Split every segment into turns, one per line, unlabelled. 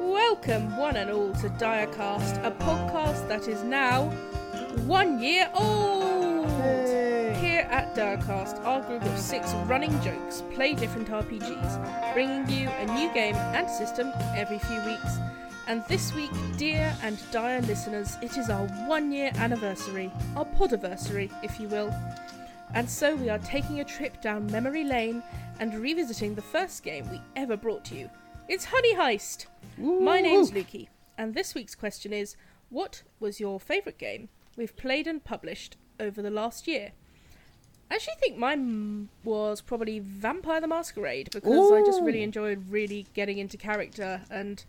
welcome one and all to Diacast, a podcast that is now one year old. Here at Diacast, our group of six running jokes play different RPGs, bringing you a new game and system every few weeks. And this week, dear and dire listeners, it is our one year anniversary, our podiversary, if you will. And so we are taking a trip down memory lane and revisiting the first game we ever brought to you. It's Honey Heist! My name's Lukey, and this week's question is What was your favourite game we've played and published over the last year? I actually think mine was probably Vampire the Masquerade because I just really
Ooh.
enjoyed really getting into character and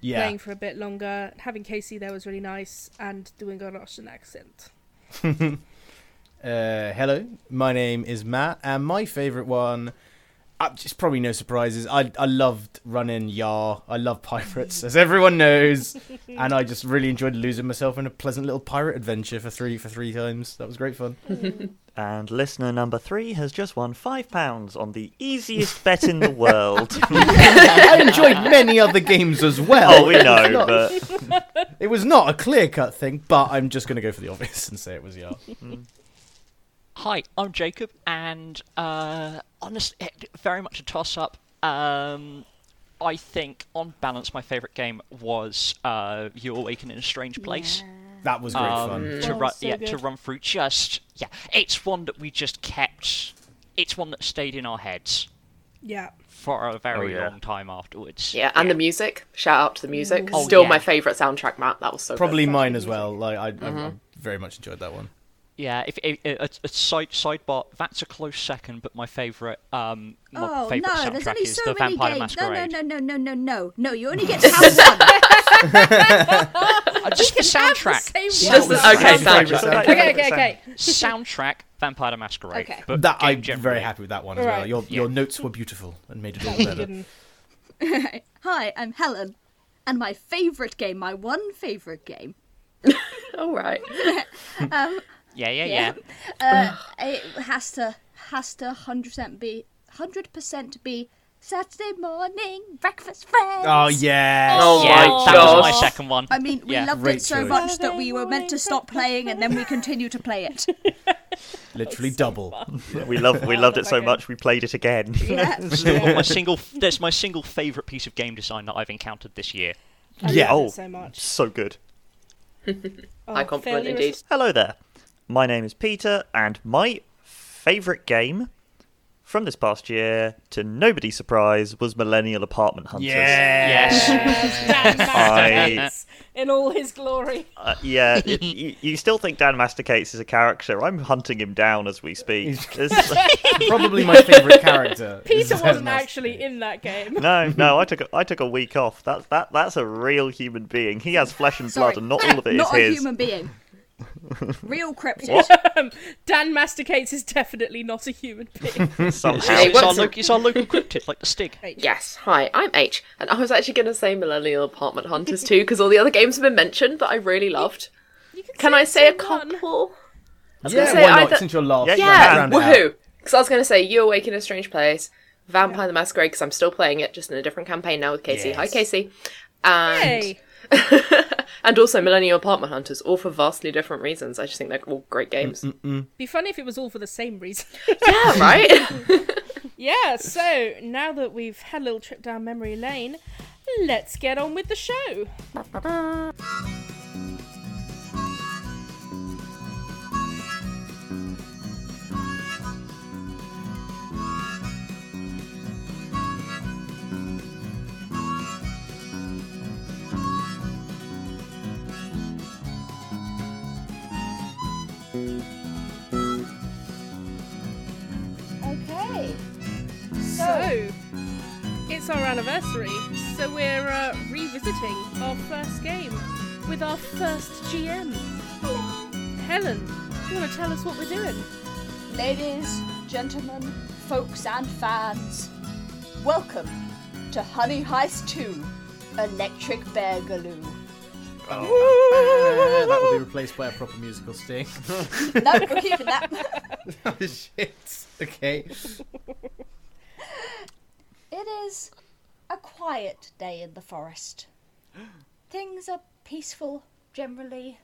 Yeah.
playing for a bit longer. Having Casey there was really nice and doing a Russian accent.
Uh, hello, my name is Matt, and my favourite one. Uh, just probably no surprises. I I loved running Yar. I love pirates, as everyone knows, and I just really enjoyed losing myself in a pleasant little pirate adventure for three for three times. That was great fun.
And listener number three has just won five pounds on the easiest bet in the world.
I
Oh,
enjoyed many other games as well.
oh,
It
we
was
know,
not-
but
it was not a clear cut thing. But I'm just going to go for the obvious and say it was Yar.
Hi, I'm Jacob, and uh, honestly, very much a toss up. Um, I think, on balance, my favourite game was uh, You Awaken in a Strange Place.
That was great
Um,
fun.
To
Oh,
run,
so
yeah, to
good.
run through. Just yeah, it's one that we just kept. It's one that stayed in our heads
Yeah.
for a very
yeah.
long time afterwards.
Yeah, and the music. Shout out to the music.
Oh,
Still
yeah.
my favourite soundtrack, Matt. That was so
Probably
good.
mine as well. Like I,
Mm-hmm.
I, I very much enjoyed that one.
Yeah, if, if, if, a, side sidebar, that's a close second. But my favourite, um, my
Oh no!
favourite soundtrack
There's only
is
so
the
many
Vampire
games. No,
Masquerade.
no, no, no, no, no, no, no. You only get to have one.
Uh, just the
have the
soundtrack. Soundtrack.
same
Just
one.
the- okay,
Favourite
soundtrack.
soundtrack.
Okay, okay, okay.
soundtrack Vampire the Masquerade.
Okay.
But
That
game
I'm
generally.
very happy with that one as
Right.
well. Your your notes were beautiful and made it all better.
Didn't-
Hi, I'm Helen, and my favourite game, my one favourite game,
All right.
Yeah, yeah,
Yeah.
yeah.
uh, it has to has to hundred percent be hundred percent be Saturday morning breakfast friends.
Oh yeah.
Oh
yeah,
my
that
gosh.
was my second one.
I mean, we
Yeah.
loved
Great
it so
choice.
much that we were meant to stop playing, and then we continue to play it.
Literally double.
we love we loved it so
Okay.
much we played it again.
Yeah.
Well, my single, that's my single favorite piece of game design that I've encountered this year.
I
Yeah.
love it
Oh.
so much.
so good.
Oh,
High compliment
failure
indeed.
is-
Hello there. My name is Peter, and my favourite game from this past year, to nobody's surprise, was Millennial Apartment Hunters.
Yes.
Yes, Dan Masterpiece in all his glory.
Uh, yeah, it- you, you still think Dan Masticates is a character. I'm hunting him down as we speak. It's-
Probably my favourite character. is
Peter
Dan
wasn't
Mas-
actually in that game.
No, no, I took a, I took a week off. That that that's a real human being. He has flesh and blood,
Sorry,
and not all of it is
not a
his.
human being. Real cryptid.
Dan Masticates is definitely not a human being.
Somehow
Hey,
it's, our
what's-
lo- it's our local cryptid, like the Stig.
Yes. Hi, I'm H, and I was actually going to say Millennial Apartment Hunters too, because all the other games have been mentioned that I really loved. Can I say a couple?
Yeah,
gonna say
why not?
either-
Since your last
Yeah,
round-
yeah.
Yeah,
round it out.
woohoo! Because I was going to say You Awake in a Strange Place, Vampire the Masquerade, because I'm still playing it, just in a different campaign now with Casey. Hi,
Yes.
Casey. And
Hey,
and also Millennial Apartment Hunters, all for vastly different reasons. I just think they're all great games.
be funny if it was all for the same reason.
Yeah, right.
yeah. So now that we've had a little trip down memory lane, let's get on with the show.
Okay.
So, it's our anniversary, so we're uh, revisiting our first game with our first GM. Helen, do you want to tell us what we're doing?
Ladies, gentlemen, folks, and fans, welcome to Honey Heist 2 Electric Beargaloo.
Oh, that will be replaced by a proper musical sting. Oh,
No, we're keeping that.
Shit. Okay.
It is a quiet day in the forest. things are peaceful generally.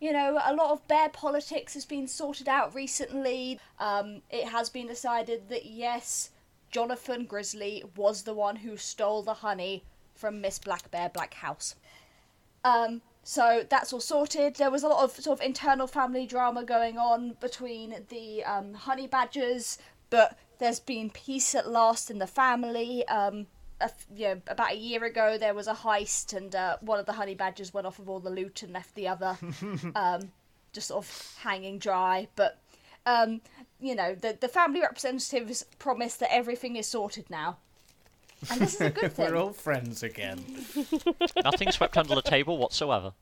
You know, a lot of bear politics has been sorted out recently. Um, it has been decided that yes, Jonathan Grizzly was the one who stole the honey from Miss Black Bear Black House. Um, so that's all sorted. There was a lot of sort of internal family drama going on between the um, honey badgers, but there's been peace at last in the family. Um, a f you know, about a year ago, there was a heist, and uh, one of the honey badgers went off with all the loot and left the other um, just sort of hanging dry. But um, you know, the the family representatives promised that everything is sorted now, and this is a good thing.
We're all friends again.
Nothing swept under the table whatsoever.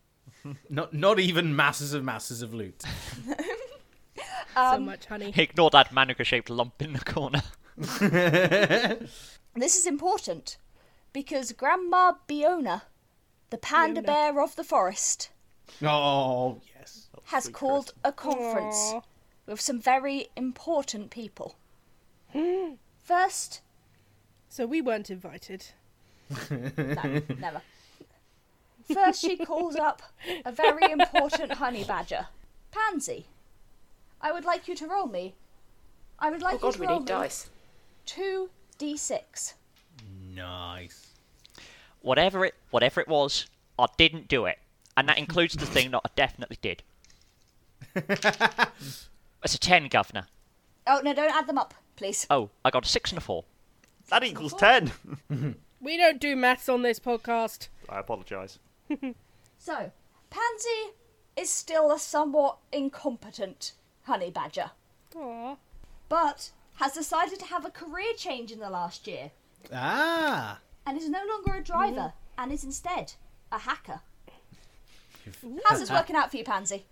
Not not even masses of masses of loot.
so
Um,
much honey.
Ignore that manuka shaped lump in the corner.
This is important because Grandma Biona, the panda
Biona.
bear of the forest,
Oh yes.
has called a conference
Aw.
with some very important people. First,
So we weren't invited.
no, never. First, she calls up a very important honey badger, Pansy. I would like you to roll me. I would like
Oh god,
you
we
to roll
need dice.
two d6.
Nice.
Whatever it, whatever it was, I didn't do it, and that includes the thing that I definitely did. It's a ten, Governor.
Oh no! Don't add them up, please.
Oh, I got a six and a four.
That equals ten.
We don't do maths on this podcast.
I apologise.
So, Pansy is still a somewhat incompetent honey badger,
Aww.
but has decided to have a career change in the last year
Ah.
and is no longer a driver and is instead a hacker. How's this working out for you, Pansy?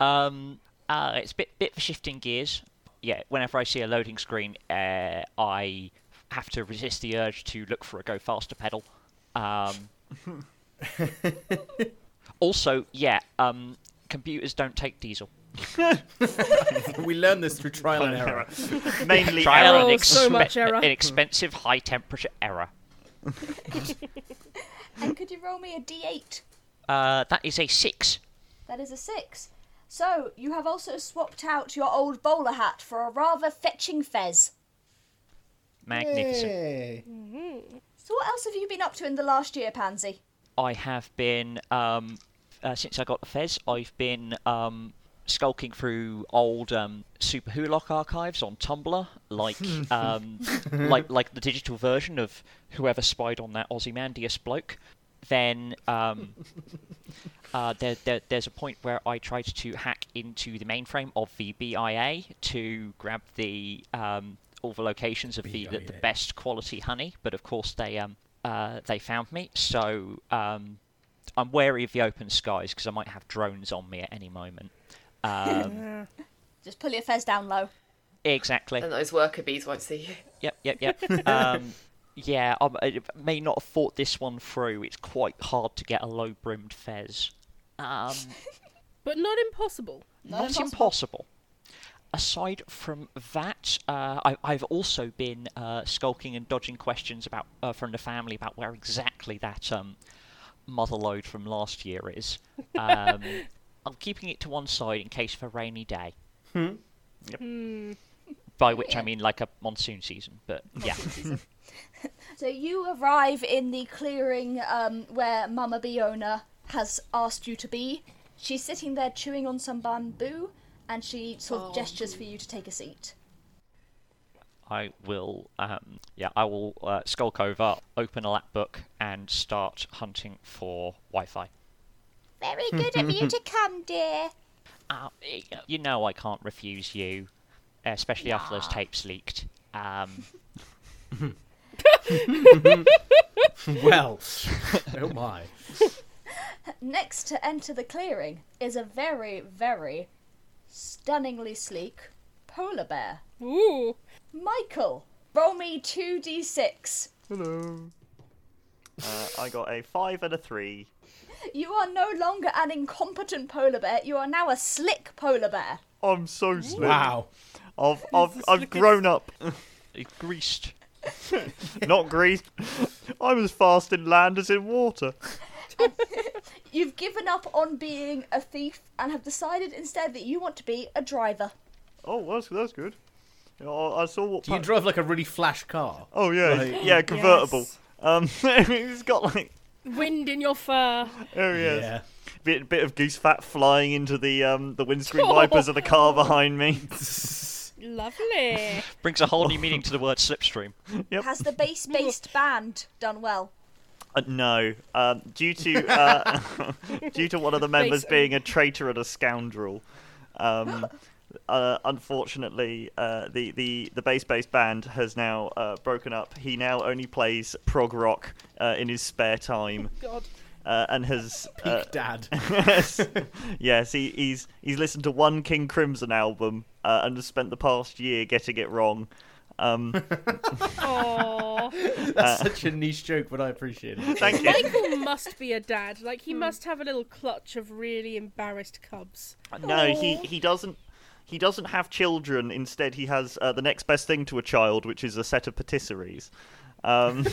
Um, uh, it's a bit bit for shifting gears. Yeah, whenever I see a loading screen, uh, I have to resist the urge to look for a go faster pedal. Um, also, yeah, um, computers don't take diesel.
We learned this through trial and error.
Mainly
Trial
error.
error.
and
Oh, so much error.
an expensive high temperature error.
And could you roll me a d8?
Uh, that is a six.
That is a 6. So, you have also swapped out your old bowler hat for a rather fetching fez.
Magnificent.
Hey.
So, what else have you been up to in the last year, Pansy?
I have been um, uh, since I got the Fez. I've been um, skulking through old um, Super Hulock archives on Tumblr, like um, like like the digital version of whoever spied on that Ozymandias bloke. Then um, uh, there, there, there's a point where I tried to hack into the mainframe of the BIA to grab the um, all the locations of the, the, the
BIA.
best quality honey, but of course they um uh, they found me. So um, I'm wary of the open skies because I might have drones on me at any moment. Um,
Just pull your fez down low.
exactly.
And those worker bees won't see you.
Yep. Yep. Yep. um, yeah, um, I may not have thought this one through. It's quite hard to get a low brimmed fez. Um,
But not impossible.
Not
not
impossible.
impossible. Aside from that, uh, I, I've also been uh, skulking and dodging questions about uh, from the family about where exactly that um, mother load from last year is. Um, I'm keeping it to one side in case of a rainy day.
Yep.
By which I mean like a monsoon season, but yeah.
So, you arrive in the clearing um, where Mama Biona has asked you to be. She's sitting there chewing on some bamboo and she sort of gestures for you to take a seat.
I will, um, yeah, I will uh, skulk over, open a lap book, and start hunting for Wi-Fi.
Very good of you to come, dear.
Uh, y- you know I can't refuse you, especially after those tapes leaked. Um,
Well. oh my.
Next to enter the clearing is a very, very stunningly sleek polar bear.
Ooh.
Michael, roll me 2d6.
Uh, I got a five and a three.
You are no longer an incompetent polar bear, you are now a slick polar bear.
I'm so slick.
Wow.
I've I've, I've grown up.
greased.
Not greased. I'm as fast in land as in water.
You've given up on being a thief and have decided instead that you want to be a driver.
Oh, that's that's good. You know, I, I saw what.
Do you
pa-
drive like a really flash car?
oh yeah,
Like-
yeah, convertible.
Yes.
Um, it's got like
Wind in your fur.
oh yes.
Yeah.
bit bit of goose fat flying into the um the windscreen wipers of the car behind me.
Lovely.
Brings a whole new meaning to the word slipstream.
Yep.
Has the bass based band done well?
Uh, no, um, due to uh, due to one of the members
Basically.
being a traitor and a scoundrel. Um, uh, unfortunately, uh, the the the bass bass band has now uh, broken up. He now only plays prog rock uh, in his spare time,
God.
uh, and has
Peak
uh,
dad.
yes, yes he, he's he's listened to one King Crimson album uh, and has spent the past year getting it wrong. Um,
Oh.
That's such a niche joke, but I appreciate it.
thank you.
Michael must be a dad. Like he must have a little clutch of really embarrassed cubs.
No, he he doesn't. He doesn't have children. Instead, he has uh, the next best thing to a child, which is a set of patisseries. Um,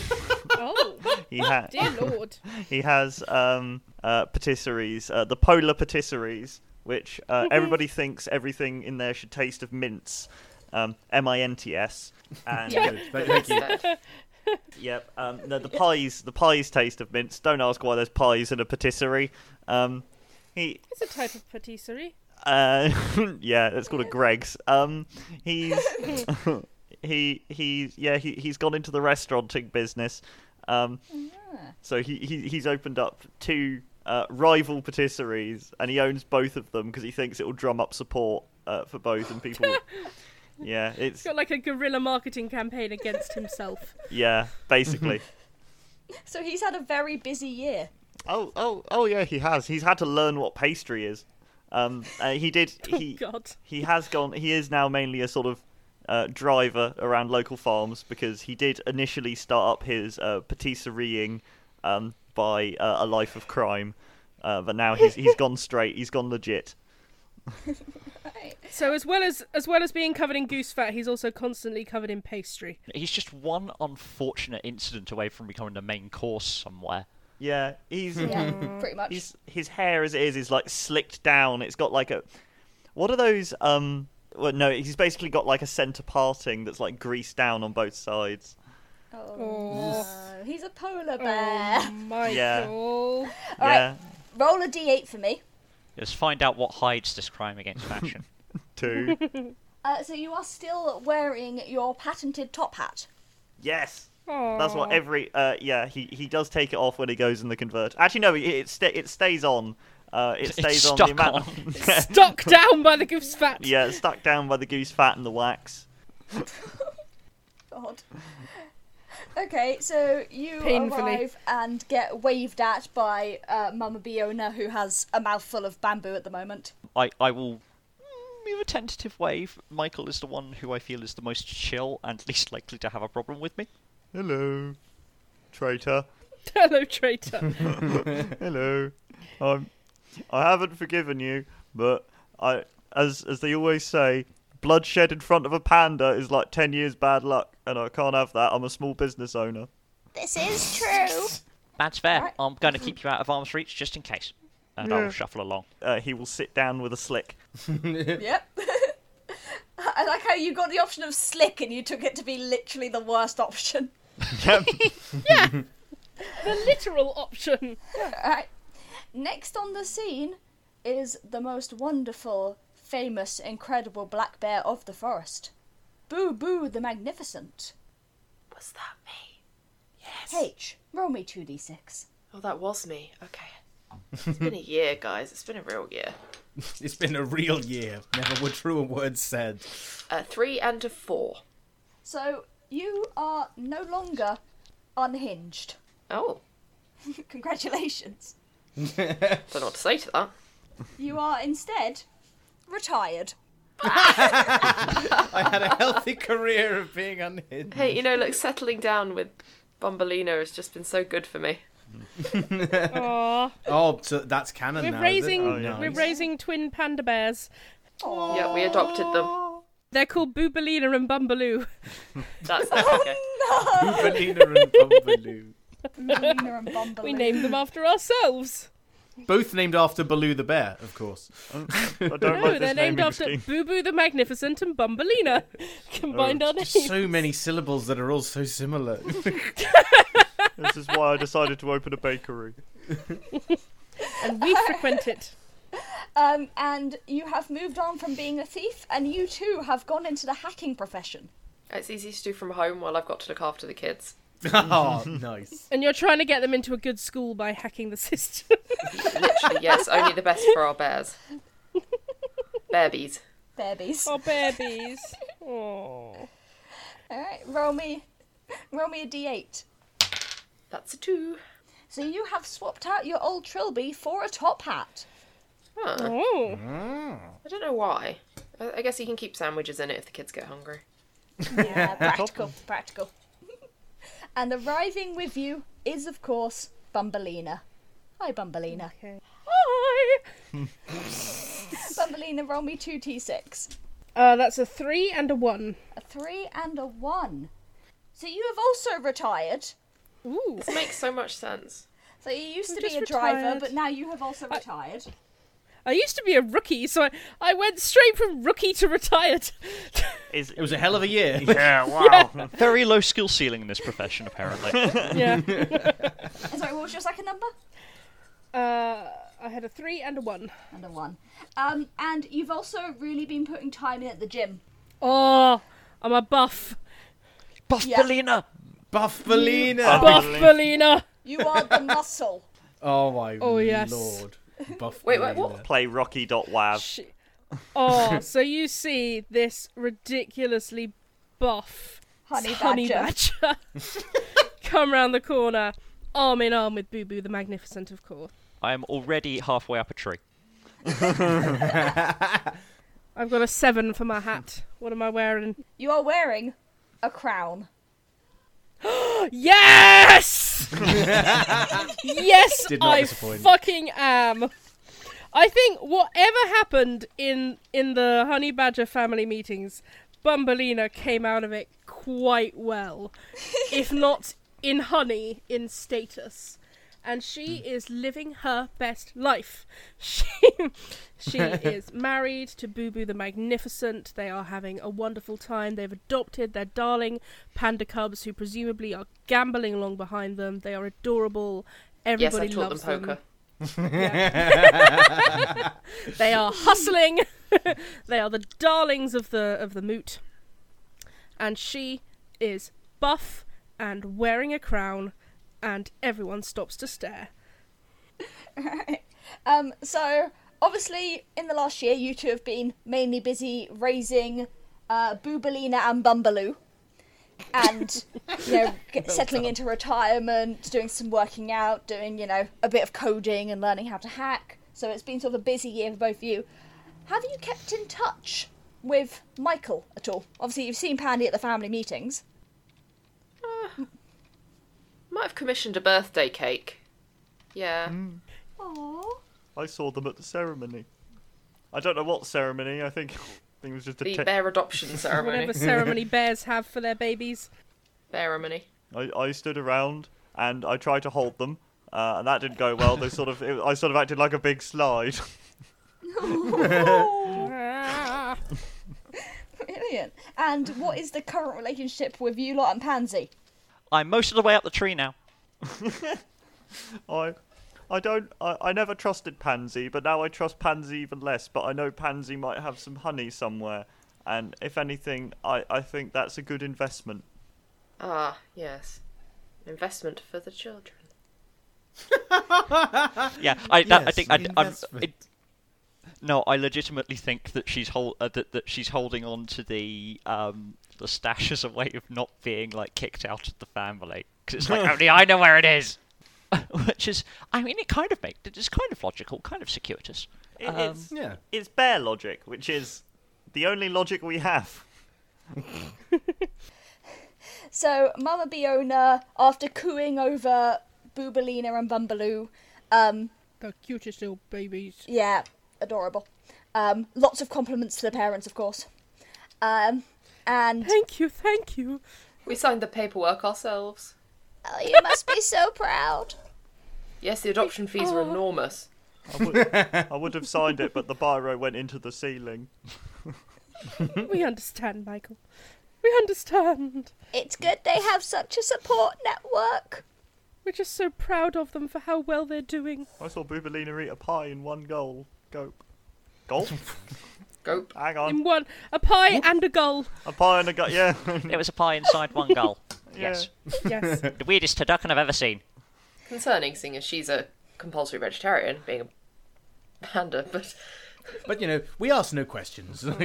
Oh,
he, ha-
dear lord.
he has um, uh, patisseries, uh, the polar patisseries, which uh, everybody thinks everything in there should taste of mints, um, M-I-N-T-S, and
Good. Thank, thank you.
Yep. Um, no, the pies, the pies taste of mints. Don't ask why there's pies in a patisserie. Um, he,
It's a type of patisserie.
uh, yeah, it's called a Greg's. Um, he's he he yeah he he's gone into the restauranting business. Um, so he, he he's opened up two uh, rival patisseries, and he owns both of them because he thinks it will drum up support uh, for both, and people. yeah, it's
He's got like a guerrilla marketing campaign against himself.
yeah, basically.
So he's had a very busy year.
Oh, oh, oh, yeah, he has. He's had to learn what pastry is. Um, uh, he did. He
God.
he has gone. He is now mainly a sort of uh, driver around local farms because he did initially start up his uh, patisserieing um, by uh, a life of crime, uh, but now he's he's gone straight. He's gone legit.
So as well as as well as being covered in goose fat, he's also constantly covered in pastry.
He's just one unfortunate incident away from becoming the main course somewhere.
Yeah, he's
Yeah, pretty much.
his his hair as it is is like slicked down. It's got like a what are those? Um, well, no, he's basically got like a centre parting that's like greased down on both sides.
Oh,
Oh.
no, he's a polar bear.
Oh, Michael.
yeah,
Roll a d8 for me.
Let's find out what hides this crime against fashion.
two.
Uh, so you are still wearing your patented top hat.
yes,
Aw.
that's what every. Uh, yeah, he he does take it off when he goes in the convert. Actually, no, it it, sta it stays on. Uh, it
It's
stays on
stuck
the amount.
on.
stuck down by the goose fat.
yeah, it's stuck down by the goose fat and the wax.
God. Okay, so you
Painfully.
arrive and get waved at by uh, Mama Biona, who has a mouthful of bamboo at the moment.
I, I will move a tentative wave. Michael is the one who I feel is the most chill and least likely to have a problem with me.
Hello, traitor.
Hello, traitor.
Hello. I'm. I haven't forgiven you, but I, as as they always say, bloodshed in front of a panda is like ten years bad luck, and I can't have that. I'm a small business owner.
This is true.
That's fair.
Right.
I'm going to keep you out of arm's reach just in case. And I
Yeah.
will shuffle along.
Uh, he will sit down with a slick.
yep. I like how you got the option of slick and you took it to be literally the worst option.
Yep.
the literal option.
Alright. Next on the scene is the most wonderful, famous, incredible black bear of the forest. Boo Boo the Magnificent.
Was that me? Yes.
H, roll me 2d6.
Oh, that was me. Okay. It's been a year, guys. It's been a real year.
It's been a real year. Never were truer words said.
Uh, three and a four.
So you are no longer unhinged.
Oh,
Congratulations.
don't know what to say to that.
You are instead retired.
I had a healthy career of being unhinged.
Hey, you know, look, settling down with Bombolino has just been so good for me.
Aw.
Oh, so that's canon
We're
now.
raising
Is it? Oh, yeah.
we're raising twin panda bears.
Yeah, we adopted them.
They're called Boobalina and Bumbaloo.
That's okay.
Boobalina and Bumbaloo.
Melina and Bumblebee.
We named them after ourselves.
Both named after Baloo the bear, of course.
I don't
No,
like
they're
this
named
naming
after
scheme.
Boo Boo the Magnificent and Bumbleina. Combined our names.
So many syllables that are all so similar.
This is why I decided to open a bakery.
and we frequent it.
Um, and you have moved on from being a thief, and you too have gone into the hacking profession.
It's easy to do from home while I've got to look after the kids.
oh, nice.
And you're trying to get them into a good school by hacking the system.
Literally, yes, only the best for our bears. Babies.
Babies.
oh, babies. Oh.
Alright, roll me, roll me a d8.
That's a two.
So you have swapped out your old trilby for a top hat.
Huh.
Oh.
I don't know why. I I guess you can keep sandwiches in it if the kids get hungry.
Yeah, practical, practical. and arriving with you is, of course, Bumbleina. Hi, Bumbleina.
Hi.
Bumbleina, roll me two t6.
Uh, that's a three and a one.
A three and a one. So you have also retired.
Ooh.
This makes so much sense.
So you used
I'm
to be
just
a driver,
retired.
but now you have also retired.
I used to be a rookie, so I, I went straight from rookie to retired.
Is
It was a hell of a year.
yeah, wow.
Very low skill ceiling in this profession, apparently.
yeah.
Sorry, what was your second number?
Uh, I had a three and a one.
Number one. Um, and you've also really been putting time in at the gym.
Oh, I'm a buff.
Buff
Yeah.
Belina!
Buff Belina.
Buff-
Buff
Buff.
Belina.
You are the muscle.
Oh my
Oh, yes.
lord. Buff
Wait, wait, what?
Belina.
Play Rocky.wav.
Sh- Oh, so you see this ridiculously buff
Honey badger.
honey badger, come round the corner, arm in arm with Boo Boo the Magnificent, of course.
I am already halfway up a tree.
I've got a seven for my hat. What am I wearing?
You are wearing a crown.
Yes! yes,
Did not
I
disappoint.
fucking am. I think whatever happened in in the Honey Badger family meetings, Bumbleina came out of it quite well, if not in honey, in status. And she is living her best life. She she is married to Boo Boo the Magnificent. They are having a wonderful time. They've adopted their darling panda cubs, who presumably are gambling along behind them. They are adorable.
yes,
Everybody
I taught them
loves
poker.
They are hustling. they are the darlings of the of the moot. And she is buff and wearing a crown, and everyone stops to stare.
Um, so obviously, in the last year, you two have been mainly busy raising uh, Boobalina and Bumbaloo, and you know, get, settling into retirement, doing some working out, doing you know a bit of coding and learning how to hack. So it's been sort of a busy year for both of you. Have you kept in touch with Michael at all? Obviously, you've seen Pandy at the family meetings.
Might have commissioned a birthday cake. Yeah.
Aww.
I saw them at the ceremony. I don't know what ceremony. I think, I think it was just a
The
te-
bear adoption ceremony.
Whatever ceremony bears have for their babies.
Ceremony.
I, I stood around and I tried to hold them, uh, and that didn't go well. They sort of, it, I sort of acted like a big slide.
Ah.
Brilliant. And what is the current relationship with you lot and Pansy?
I'm most of the way up the tree now.
I, I don't, I, I never trusted Pansy, but now I trust Pansy even less. But I know Pansy might have some honey somewhere, and if anything, I, I think that's a good investment.
Ah, yes. Investment for the children.
Yeah, I, that, I
Yes,
think I, I'm.
investment.
It, no, I legitimately think that she's hol- uh, that, that she's holding on to the um, the stash as a way of not being like kicked out of the family because it's like only I know where it is, which is I mean it kind of makes it's kind of logical, kind of circuitous.
It,
Um,
it's,
Yeah.
it's bear logic, which is the only logic we have.
So Mama Biona, after cooing over Boobalina and Bumbaloo, um,
the cutest little babies.
yeah, adorable. Um, lots of compliments to the parents, of course. Um, and
Thank you, thank you.
We signed the paperwork ourselves.
Oh, you must be so proud.
Yes, the adoption fees are enormous.
I would, I would have signed it, but the biro went into the ceiling.
We understand, Michael. We understand.
It's good they have such a support network.
We're just so proud of them for how well they're doing.
I saw Boobalina eat a pie in one goal. Gulp. Gulp?
Go.
Hang
Um,
on.
In one, a pie and a goal.
A pie and a gut, yeah.
There was a pie inside one goal. Yes.
Yes.
The weirdest turducken I've ever seen.
Concerning, seeing as she's a compulsory vegetarian, being a panda, but
But you know, we ask no questions.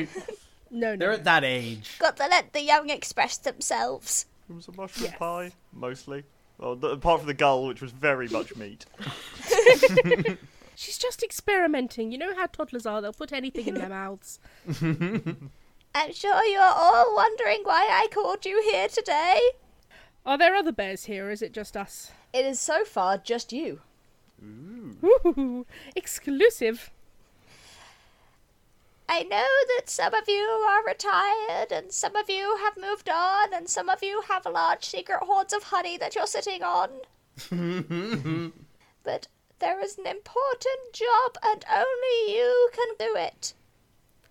Like,
No, no.
They're at that age.
Got to let the young express themselves.
It was a mushroom
Yes.
pie, mostly. Well, th- apart from the gull, which was very much meat.
She's just experimenting. You know how toddlers are, they'll put anything in their mouths.
I'm sure you're all wondering why I called you here today.
Are there other bears here, or is it just us?
It is so far just you.
Ooh, exclusive.
I know that some of you are retired, and some of you have moved on, and some of you have large secret hoards of honey that you're sitting on. but there is an important job, and only you can do it.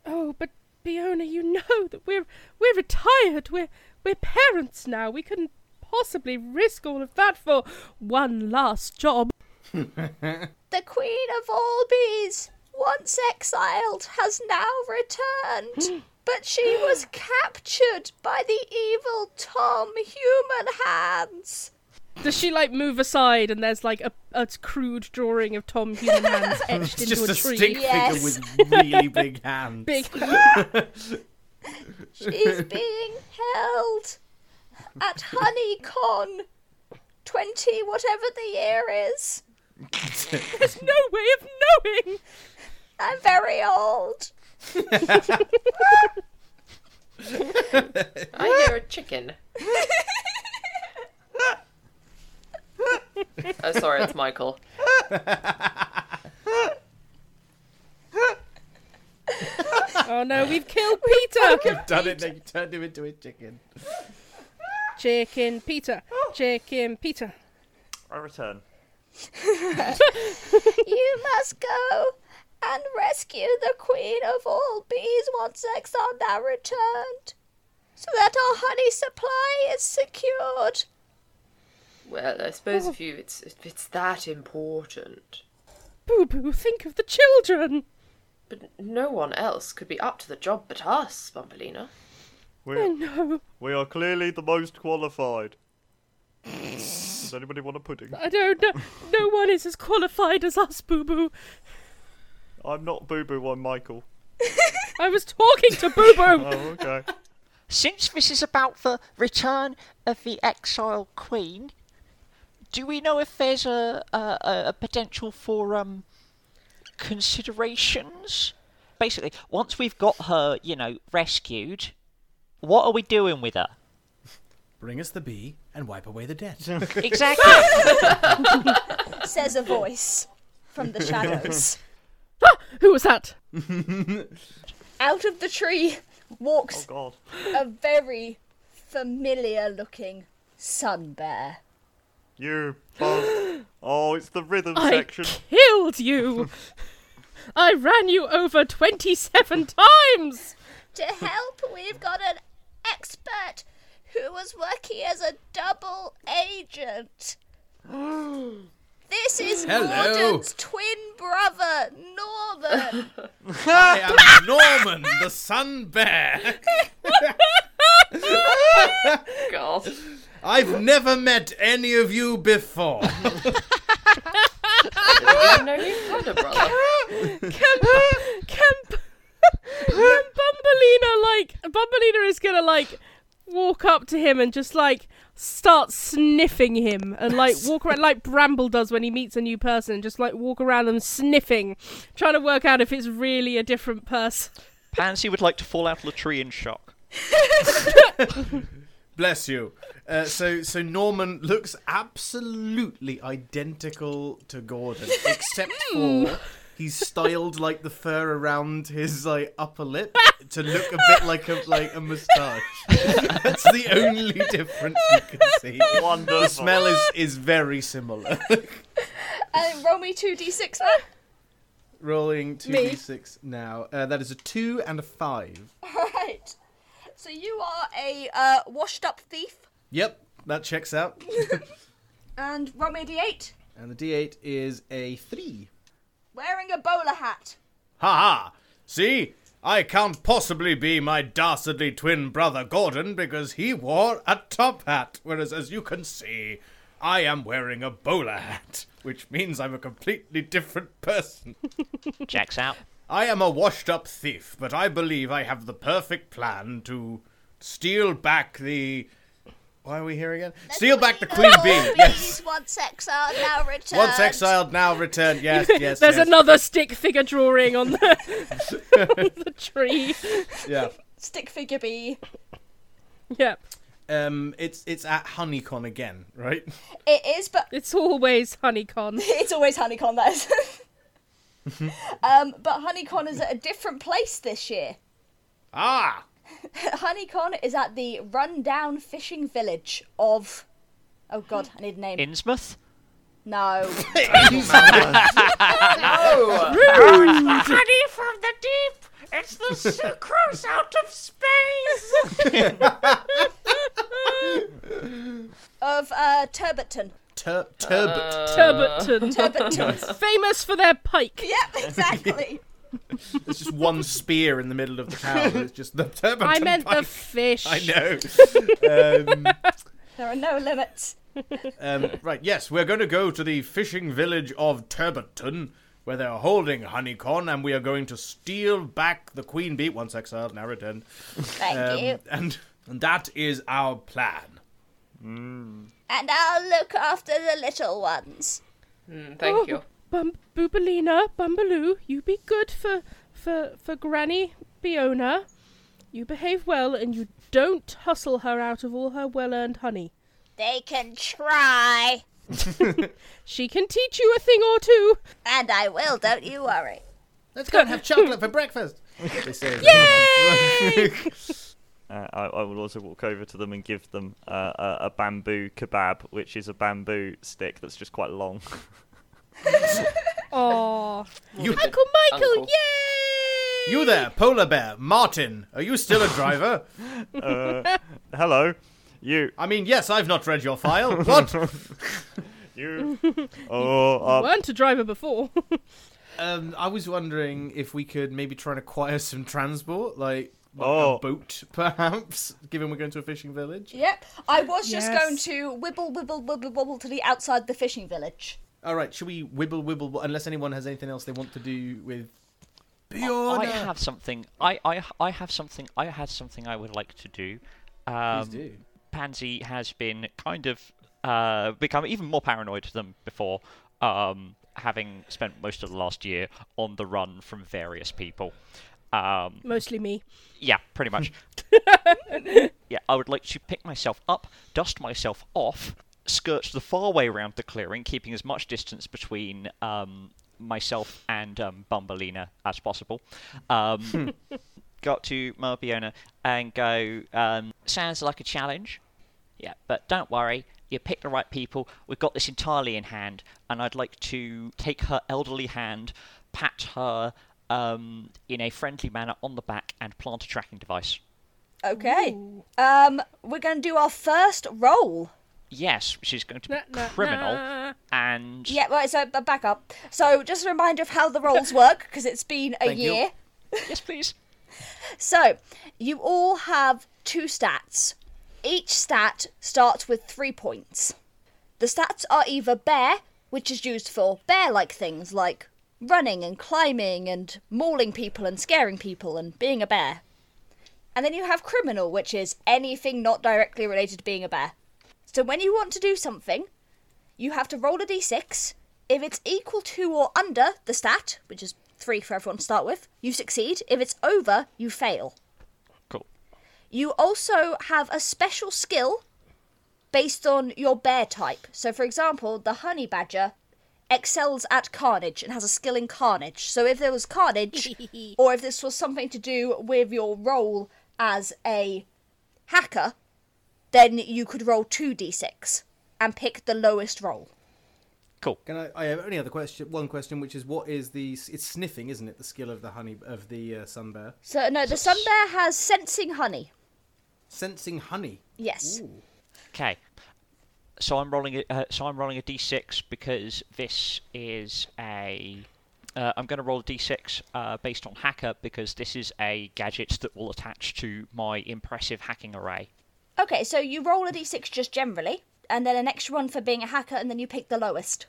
Oh, but Fiona, you know that we're we're retired. We're we're parents now. We couldn't possibly risk all of that for one last job.
The queen of all bees, once exiled, has now returned. but she was captured by the evil Tom Human Hands.
Does she like move aside and there's like a, a crude drawing of Tom Human Hands etched
It's
into
just
a
a
tree?
stick
Yes.
figure with really big hands.
Big
She's being held at Honeycon 20, whatever the year is.
There's no way of knowing.
I'm very old.
I hear a chicken. oh, sorry, it's Michael.
Oh no, we've killed Peter.
You've done it, they turned him into a chicken.
Chicken Peter. Chicken Peter.
I return.
You must go and rescue the queen of all bees once exile now returned, so that our honey supply is secured.
Well, I suppose if you, it's if it's that important.
Boo boo, think of the children.
But no one else could be up to the job but us, Bumbelina.
Oh
We're,
no,
we are clearly the most qualified. Does anybody want a pudding?
I don't know. No one is as qualified as us, Boo Boo.
I'm not Boo Boo, I'm Michael.
I was talking to Boo Boo.
Oh, okay.
Since this is about the return of the exile queen, do we know if there's a a, a a potential for um considerations? Basically, once we've got her, you know, rescued, what are we doing with her?
Bring us the bee and wipe away the debt.
Exactly.
Says a voice from the shadows.
Who was that?
Out of the tree
Oh,
walks
God.
a very familiar looking sun bear.
You bug. Oh, it's the rhythm
I
section.
killed you. I ran you over 27 times.
To help, we've got an expert who was working as a double agent. This is
Hello.
Norden's twin brother, Norman.
I am Norman, the sun bear.
God.
I've never met any of you before.
I know you had a brother.
Can, can, can Bumbelina, like, Bumbelina is gonna, like, walk up to him and just, like, start sniffing him and, like, walk around, like Bramble does when he meets a new person, and just, like, walk around them sniffing, trying to work out if it's really a different person.
Pansy would like to fall out of the tree in shock.
Bless you. Uh, so, so Norman looks absolutely identical to Gordon, except for He's styled like the fur around his like upper lip to look a bit like a like a moustache. That's the only difference you can see.
Wonderful.
The smell is is very similar.
Uh, roll me 2d6 man.
Rolling two d six now. Uh, that is a two and a five.
Alright. So you are a uh, washed up thief.
Yep, that checks out.
And roll me a d8.
and the D eight is a three.
Wearing a bowler hat.
Ha ha! See, I can't possibly be my dastardly twin brother Gordon because he wore a top hat, whereas, as you can see, I am wearing a bowler hat, which means I'm a completely different person.
Jack's out.
I am a washed up thief, but I believe I have the perfect plan to steal back the. Why are we here again? steal back the Queen Bee! Yes!
Once exiled, now returned.
Once exiled, now returned. Yes, yes.
There's
yes.
another stick figure drawing on the, on the tree.
Yeah.
Stick figure bee.
Yep.
Um, it's it's at Honeycon again, right?
It is, but
It's always honeycon.
it's always Honeycon, that is. um, but Honeycon is at a different place this year.
Ah,
Honeycon is at the rundown fishing village of. Oh god, I need a name.
Innsmouth?
No.
Oh, uh,
Honey from the deep! It's the sucrose out of space!
of uh, Turberton.
Tur- turbot.
Uh. Turberton.
Turberton.
Famous for their pike.
yep, exactly.
It's just one spear in the middle of the town. and It's just the turban.
I meant the fish.
I know. um,
There are no limits.
um, right. Yes, we're going to go to the fishing village of Turboton, where they're holding honeycon, and we are going to steal back the queen bee. Once exiled, now returned.
Thank
Um,
you.
and, and that is our plan.
And I'll look after the little ones.
Oh,
Mm, Thank you.
Bum- Boobalina, Bumbaloo, you be good for, for, for Granny Biona. You behave well and you don't hustle her out of all her well earned honey.
They can try.
She can teach you a thing or two.
And I will, don't you worry.
Let's go and have chocolate for breakfast. They say as they
Uh, I, I will also walk over to them and give them uh, a, a bamboo kebab, which is a bamboo stick that's just quite long.
Aw.
You,
Uncle Michael,
Uncle.
yay!
you there, polar bear, Martin? Are you still a driver?
Uh, Hello, you,
I mean, yes, I've not read your file. What?
you. Oh, uh,
Weren't a driver before.
Um, I was wondering if we could maybe try and acquire some transport, like, like
Oh.
a boat, perhaps. Given we're going to a fishing village.
Yep. I was just
Yes.
going to wibble, wibble, wibble, wibble to the outside the fishing village.
All right, should we wibble wibble? wi- Unless anyone has anything else they want to do with.
Oh,
I
Bjorn.
have something. I, I, I have something. I had something I would like to do. Um,
do.
Pansy has been kind of uh, become even more paranoid than before, um, having spent most of the last year on the run from various people. Um,
Mostly me.
yeah, pretty much. yeah, I would like to pick myself up, dust myself off, skirt the far way around the clearing, keeping as much distance between um, myself and um, Bumbleina as possible. Um, go up to Marbiona and go, um, sounds like a challenge. Yeah, but don't worry. You picked the right people. We've got this entirely in hand, and I'd like to take her elderly hand, pat her um, in a friendly manner on the back, and plant a tracking device.
Okay. Um, we're going to do our first roll.
Yes, she's going to be
Na, na,
criminal,
na.
and
Yeah, right, so but back up. So, just a reminder of how the rolls work, because it's been a
Thank you.
year.
yes, please.
So, you all have two stats. Each stat starts with three points. The stats are either bear, which is used for bear like things like running and climbing and mauling people and scaring people and being a bear. And then you have criminal, which is anything not directly related to being a bear. So, when you want to do something, you have to roll a d6. If it's equal to or under the stat, which is three for everyone to start with, you succeed. If it's over, you fail.
Cool.
You also have a special skill based on your bear type. So, for example, the honey badger excels at carnage and has a skill in carnage. So if there was carnage, or if this was something to do with your role as a hacker, then you could roll 2d6 and pick the lowest roll.
Can I? I have only other question. One question, which is, what is the? It's sniffing, isn't it? The skill of the honey of the uh, sun bear,
So, no, the sun bear has sensing honey.
sensing honey.
Yes.
Okay. So I'm rolling a uh, so I'm rolling a d6 because this is a uh, I'm going to roll a d6 uh, based on hacker because this is a gadget that will attach to my impressive hacking array.
Okay, so you roll a d6 just generally, and then an extra one for being a hacker, and then you pick the lowest.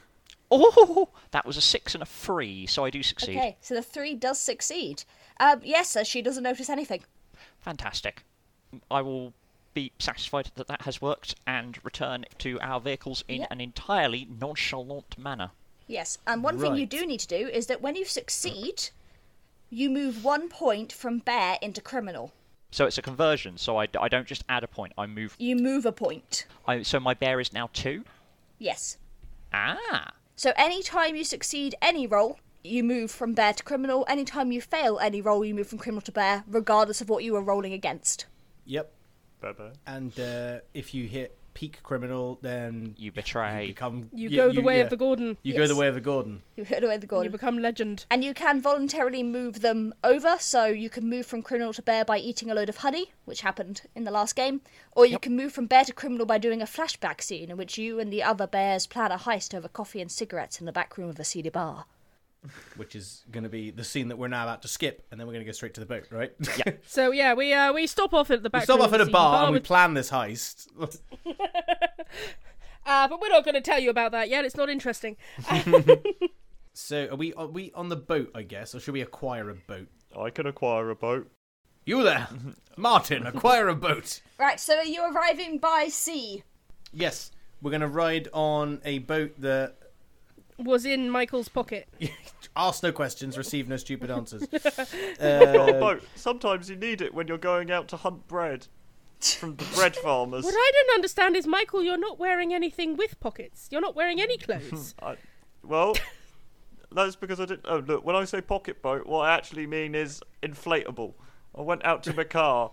Oh, that was a six and a three, so I do succeed.
Okay, so the three does succeed. Um, yes, so she doesn't notice anything.
Fantastic. I will be satisfied that that has worked and return to our vehicles in
Yep.
an entirely nonchalant manner.
Yes, and one thing you
Right.
do need to do is that when you succeed, you move one point from bear into criminal.
So it's a conversion. So I, d- I don't just add a point. I move.
You move a point.
I, so my bear is now two.
Yes.
Ah.
So anytime you succeed any roll, you move from bear to criminal. Anytime you fail any roll, you move from criminal to bear, regardless of what you were rolling against.
Yep.
Bye-bye.
And uh, if you hit peak criminal, then
You betray.
become.
You
yeah,
go the way
yeah.
of the Gordon.
You go the
Yes.
way of the Gordon.
You hit away the
You
Gordon.
become legend.
and you can voluntarily move them over, so you can move from criminal to bear by eating a load of honey, which happened in the last game, or you can move from bear to criminal by doing a flashback scene in which you and the other bears plan a heist over coffee and cigarettes in the back room of a seedy bar.
which is going to be the scene that we're now about to skip, and then we're going to go straight to the boat, right?
So yeah, we uh, we stop off at the back.
we stop
room
off at a
to see
bar and we
with-
plan this heist.
uh, but we're not going to tell you about that yet. It's not interesting.
so, are we are we on the boat? I guess, or should we acquire a boat?
I can acquire a boat.
You there, Martin? Acquire a boat.
Right, so are you arriving by sea?
Yes, we're going to ride on a boat that
Was in Michael's pocket.
asks no questions, receive no stupid answers.
Got a
Uh,
boat. Sometimes you need it when you're going out to hunt bread from the bread farmers.
What I don't understand is, Michael, you're not wearing anything with pockets. You're not wearing any clothes.
Well, that's because I didn't. Oh, look, when I say pocket boat, what I actually mean is inflatable. I went out to my car.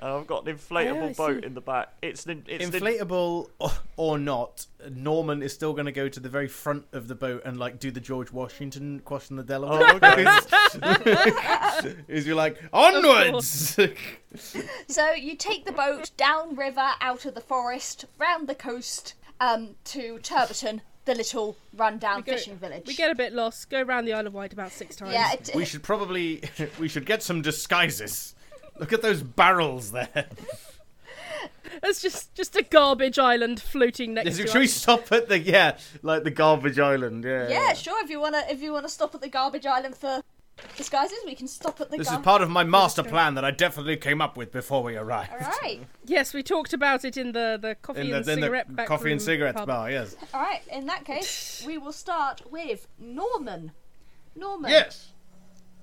And I've got an inflatable
Oh, I
boat
see.
in the back. It's an, it's an-
Inflatable or- or not, Norman is still going to go to the very front of the boat and like do the George Washington crossing the Delaware.
Oh, okay.
Is you're like onwards.
So you take the boat down river, out of the forest, round the coast, um, to Turberton, the little rundown
go-
fishing village.
we get a bit lost. Go around the Isle of Wight about six times.
yeah, it,
we should probably we should get some disguises. Look at those barrels there.
It's just just a garbage island floating next to
Should
us.
we stop at the yeah, like the garbage island? Yeah.
Yeah, sure. If you wanna, if you wanna stop at the garbage island for disguises, we can stop at the.
This is
gar-
part of my master plan that I definitely came up with before we arrived.
All right,
Yes, we talked about it in the, the coffee
In
and
the, in
cigarette
the
back
coffee and
room
cigarettes
pub.
bar, yes.
all right. In that case, we will start with Norman. Norman,
Yes.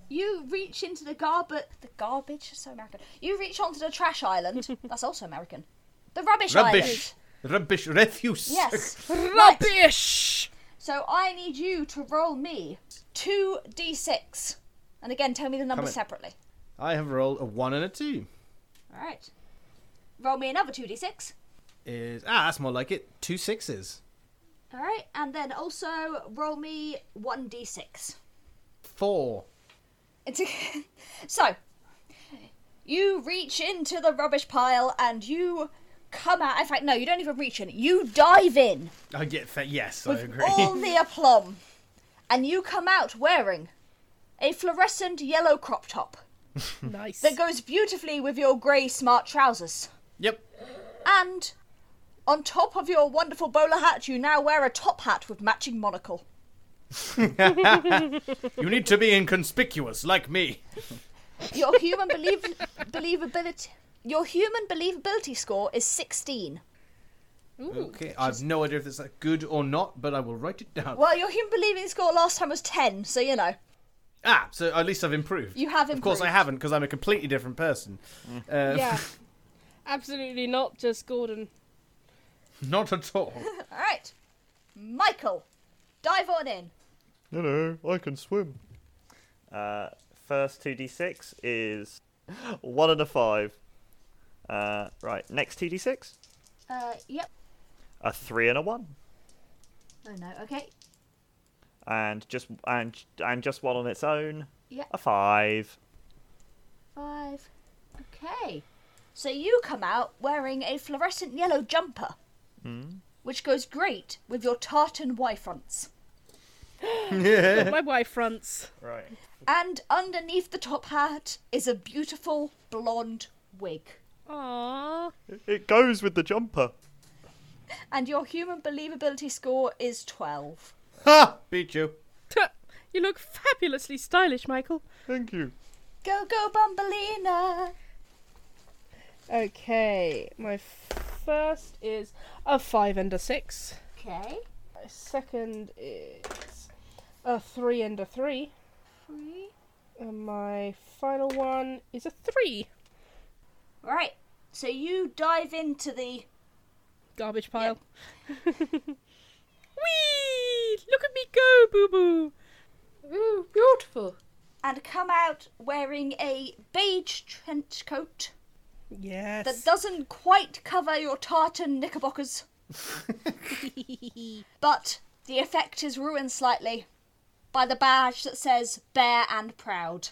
you reach into the garbage. The garbage is so American. You reach onto the trash island. That's also American. The rubbish,
Rubbish. Rubbish refuse.
island. Yes. right.
Rubbish!
So I need you to roll me two d6, and again, tell me the numbers
in.
separately.
I have rolled a one and a two.
All right. Roll me another two d6.
Is ah, that's more like it. Two sixes.
All right, and then also roll me one d6.
Four.
It's- so, you reach into the rubbish pile and you come out. In fact, no, you don't even reach in. You dive in
I get that. Yes, I
with
agree.
all the aplomb, and you come out wearing a fluorescent yellow crop top
Nice.
that goes beautifully with your grey smart trousers.
Yep.
And on top of your wonderful bowler hat, you now wear a top hat with matching monocle.
You need to be inconspicuous like me.
Your human believe- believability. Your human believability score is 16.
Okay, I have no idea if it's like, good or not, but I will write it down.
Well, your human believing score last time was 10, so you know.
Ah, so at least I've improved.
You have
Of course, I
improved.
haven't because I'm a completely different person. Uh,
yeah. Absolutely not just Gordon.
Not at all.
Alright. Michael, Dive on in.
You know, I can swim. Uh, first 2d6 is 1 and a 5. Uh, right, next 2d6,
Uh, yep.
a 3 and a 1.
Oh no. Okay.
And just and and just one on its own,
Yep.
a 5.
Five. Okay. So you come out wearing a fluorescent yellow jumper, which goes great with your tartan Y fronts.
My wife fronts.
Right.
And underneath the top hat is a beautiful blonde wig.
Aww.
It goes with the jumper.
And your human believability score is 12.
Ha! Beat you.
You look fabulously stylish, Michael.
Thank you.
Go, go, Bumbleina!
Okay, my first is a five and a six.
Okay.
My second is a three and a three.
Three.
And my final one is a three.
Right. So you dive into the.
Garbage pile. Whee! Look at me go, boo boo!
Ooh, beautiful.
and come out wearing a beige trench coat
Yes.
that doesn't quite cover your tartan knickerbockers. but the effect is ruined slightly by the badge that says Bear and Proud.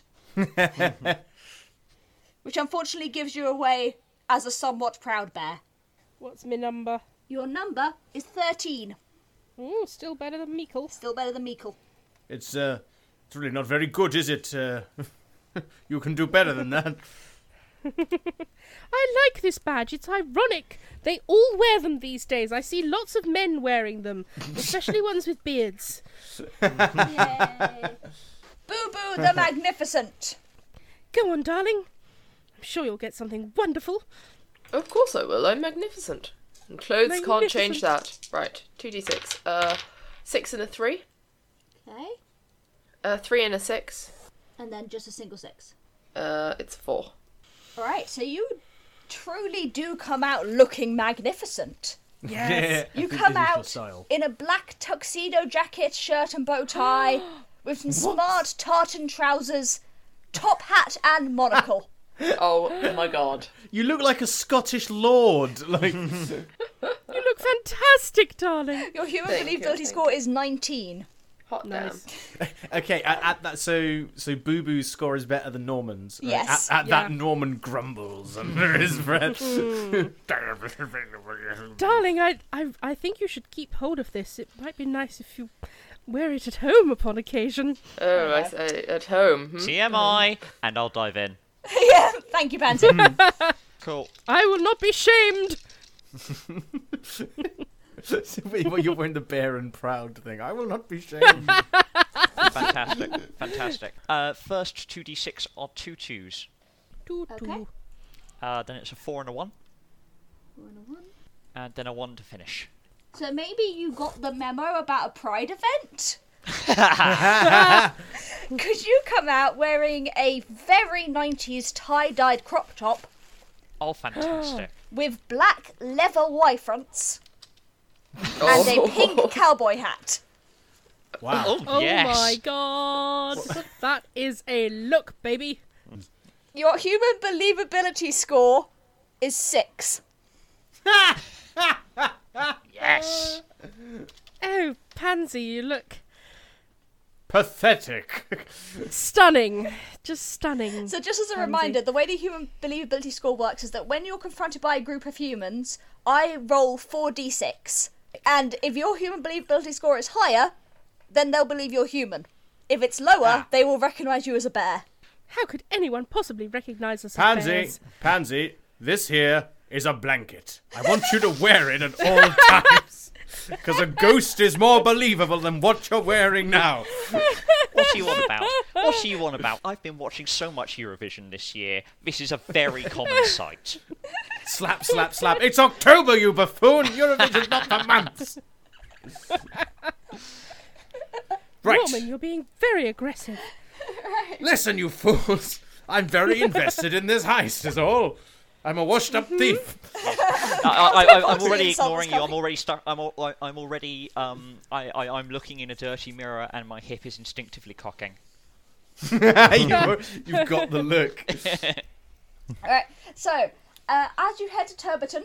Which unfortunately gives you away as a somewhat proud bear.
What's my number?
Your number is 13.
Ooh, still better than Meekles.
Still better than Meekle.
It's uh, it's really not very good, is it? Uh, you can do better than that.
I like this badge. It's ironic. They all wear them these days. I see lots of men wearing them, especially ones with beards.
Boo Boo the Magnificent!
Go on, darling. I'm sure you'll get something wonderful.
oh, Of course I will. I'm magnificent. And clothes can't change that. Right. 2d6. Uh, 6 and a 3.
Okay,
Uh, 3 and a 6.
and then just a single six.
Uh, it's 4.
Right, so you truly do come out looking magnificent.
Yes.
You come out
style.
in a black tuxedo jacket, shirt, and bow tie, with some smart tartan trousers, top hat, and monocle.
Oh my god.
You look like a Scottish lord. Like
you look fantastic, darling.
Your human
Thank you,
believability
thank
score is 19.
Hot damn.
Nice.
okay, at, at that so so Boo Boo's score is better than Norman's. right?
Yes.
At, at that
Yeah.
Norman grumbles under his breath.
Hmm.
Darling, I, I, I think you should keep hold of this. It might be nice if you wear it at home upon occasion.
Oh, I, I- at home. hmm?
TMI, and I'll dive in.
yeah, thank you, Banton.
Cool.
I will not be shamed.
Wait, what, You're wearing the bare and proud thing. I will not be shamed.
Fantastic. Fantastic. Uh, first 2d6 are two twos.
Toot
Okay.
toot.
Uh, then it's a 4 and a 1, and then a 1 to finish.
So maybe you got the memo about a pride event? Could you come out wearing a very 90s tie dyed crop top
Oh, fantastic.
with black leather Y fronts and
Oh.
a pink cowboy hat.
Wow.
oh,
Oh
yes.
my god. that is a look, baby.
Your human believability score is six.
Yes.
Oh, Pansy, you look
Pathetic.
stunning. Just stunning.
So, just as a reminder, the way the human believability score works is that when you're confronted by a group of humans, I roll 4d6. And if your human believability score is higher, then they'll believe you're human. If it's lower, they will recognize you as a bear.
How could anyone possibly recognize us as
Pansy,
bears?
Pansy, this here is a blanket. I want you to wear it at all times. Because a ghost is more believable than what you're wearing now.
What are you on about? What are you on about? I've been watching so much Eurovision this year. This is a very common sight.
Slap, slap, slap. It's October, you buffoon. Eurovision's not for months.
Norman,
Right.
you're being very aggressive.
Listen, you fools. I'm very invested in this heist, is all. I'm a washed up thief.
I, I, I, I'm
Fucking
already
insult
ignoring
was
you. I'm
coming.
already start. I'm, al- I- I'm already. Um, I, I, I'm looking in a dirty mirror, and my hip is instinctively cocking.
you, you've got the look.
Alright, so uh, as you head to Turbiton,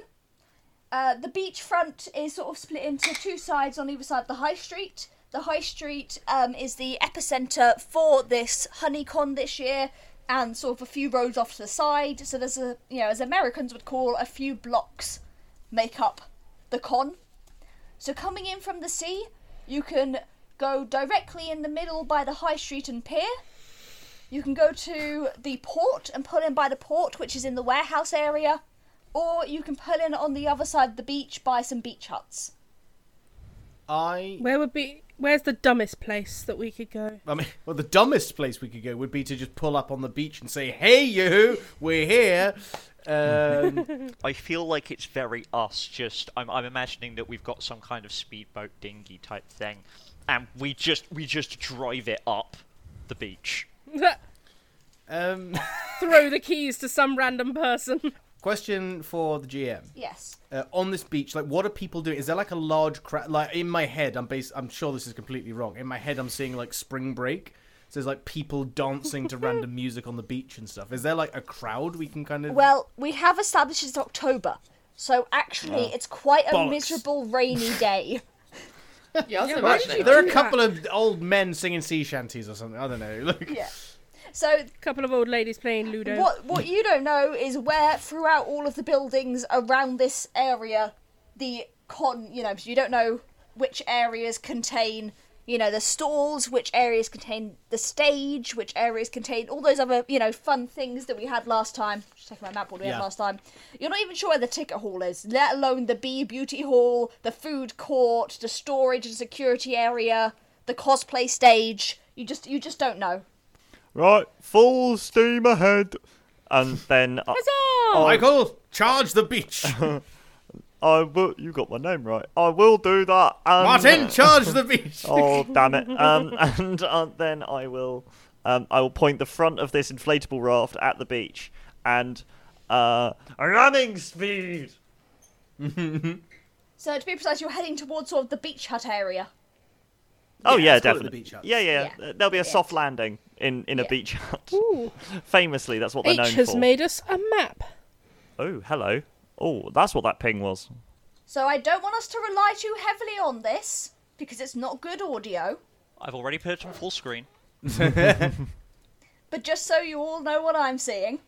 uh, the beachfront is sort of split into two sides on either side of the high street. The high street um, is the epicenter for this honeycon this year, and sort of a few roads off to the side. So there's a, you know, as Americans would call, a few blocks make up the con. So coming in from the sea, you can go directly in the middle by the high street and pier. You can go to the port and pull in by the port, which is in the warehouse area, or you can pull in on the other side of the beach by some beach huts.
I.
Where would be? Where's the dumbest place that we could go?
I mean, well, the dumbest place we could go would be to just pull up on the beach and say, "Hey, you, we're here." Um,
I feel like it's very us. Just I'm, I'm imagining that we've got some kind of speedboat dinghy type thing, and we just we just drive it up the beach.
um,
Throw the keys to some random person.
question for the GM.
Yes.
uh, on this beach like what are people doing is there like a large crowd like in my head i'm based i'm sure this is completely wrong in my head i'm seeing like spring break so there's like people dancing to random music on the beach and stuff is there like a crowd we can kind of
Well, we have established it's October, so actually it's quite a
Bollocks.
miserable rainy day.
Yeah, I
why
was
did
imagining.
you
there
that.
are a couple of old men singing sea shanties or something i don't know like
yeah. So
couple of old ladies playing Ludo.
what what you don't know is where throughout all of the buildings around this area the con you know so you don't know which areas contain you know the stalls which areas contain the stage which areas contain all those other you know fun things that we had last time just taking my map what we had
Yeah.
last time you're not even sure where the ticket hall is let alone the bee beauty hall the food court the storage and security area the cosplay stage you just you just don't know
Right, full steam ahead. And then uh, I,
Huzzah!
michael charge the beach
I will. You got my name right. I will do that. And,
martin charge the beach
Oh damn it! Um, and uh, then I will, um, I will point the front of this inflatable raft at the beach, and uh, running speed.
So to be precise, you're heading towards sort of the beach hut area.
Oh
Yeah,
yeah,
let's call it the
definitely.
beach hut.
yeah, yeah,
Yeah.
uh, There'll be a soft landing in in a
Yeah.
beach hut.
Ooh.
Famously, that's what they're known
H has
for.
made us a map.
Oh, hello. Oh, that's what that ping was.
So I don't want us to rely too heavily on this because it's not good audio.
I've already put it on full screen.
But just so you all know what I'm seeing,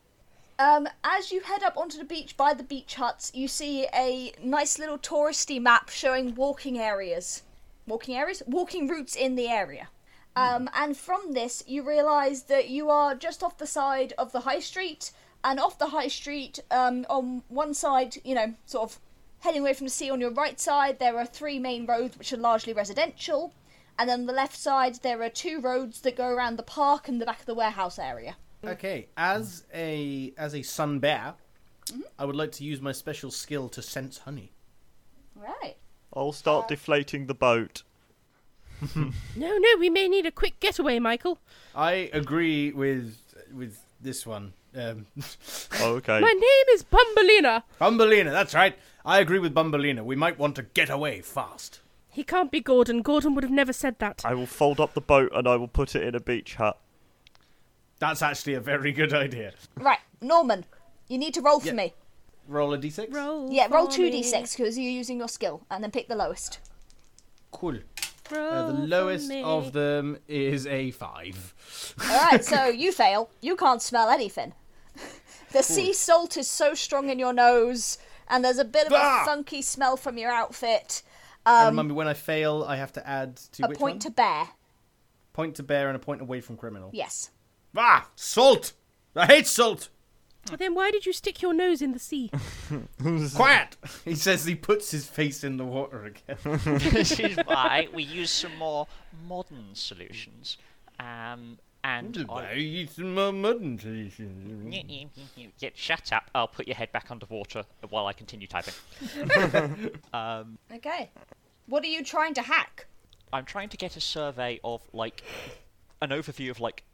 um, as you head up onto the beach by the beach huts, you see a nice little touristy map showing walking areas, walking areas, walking routes in the area. Um, and from this, you realise that you are just off the side of the high street, and off the high street, um, on one side, you know, sort of heading away from the sea on your right side, there are three main roads which are largely residential, and then on the left side, there are two roads that go around the park and the back of the warehouse area.
okay as a as a sun bear i would like to use my special skill to sense honey
Right.
I'll start deflating the boat.
No, no, we may need a quick getaway, Michael.
I agree with with this one. Um,
Oh, okay.
My name is Bumbalina.
Bumbalina, that's right. I agree with Bumbalina. We might want to get away fast.
He can't be Gordon. Gordon would have never said that.
I will fold up the boat and I will put it in a beach hut.
That's actually a very good idea.
Right, Norman, you need to roll for
Yeah.
me.
Roll a d6.
Roll.
Yeah, roll
for
two
me.
d6 because you're using your skill, and then pick the lowest.
Cool.
Roll
Uh, the
for
lowest
me.
of them is a five.
All right, so you fail. You can't smell anything. The sea salt is so strong in your nose, and there's a bit of
Ah!
a funky smell from your outfit.
and remind me, when I fail, I have to add to
A
which
point
one?
to bear.
Point to bear and a point away from criminal.
Yes.
Ah, salt. I hate salt.
Well, then why did you stick your nose in the sea?
Quiet. he says he puts his face in the water again.
this is why we use some more modern solutions. Um, and I-
eat some more mutton solutions.
Yeah, shut up. I'll put your head back underwater while I continue typing.
Okay. What are you trying to hack?
I'm trying to get a survey of like an overview of like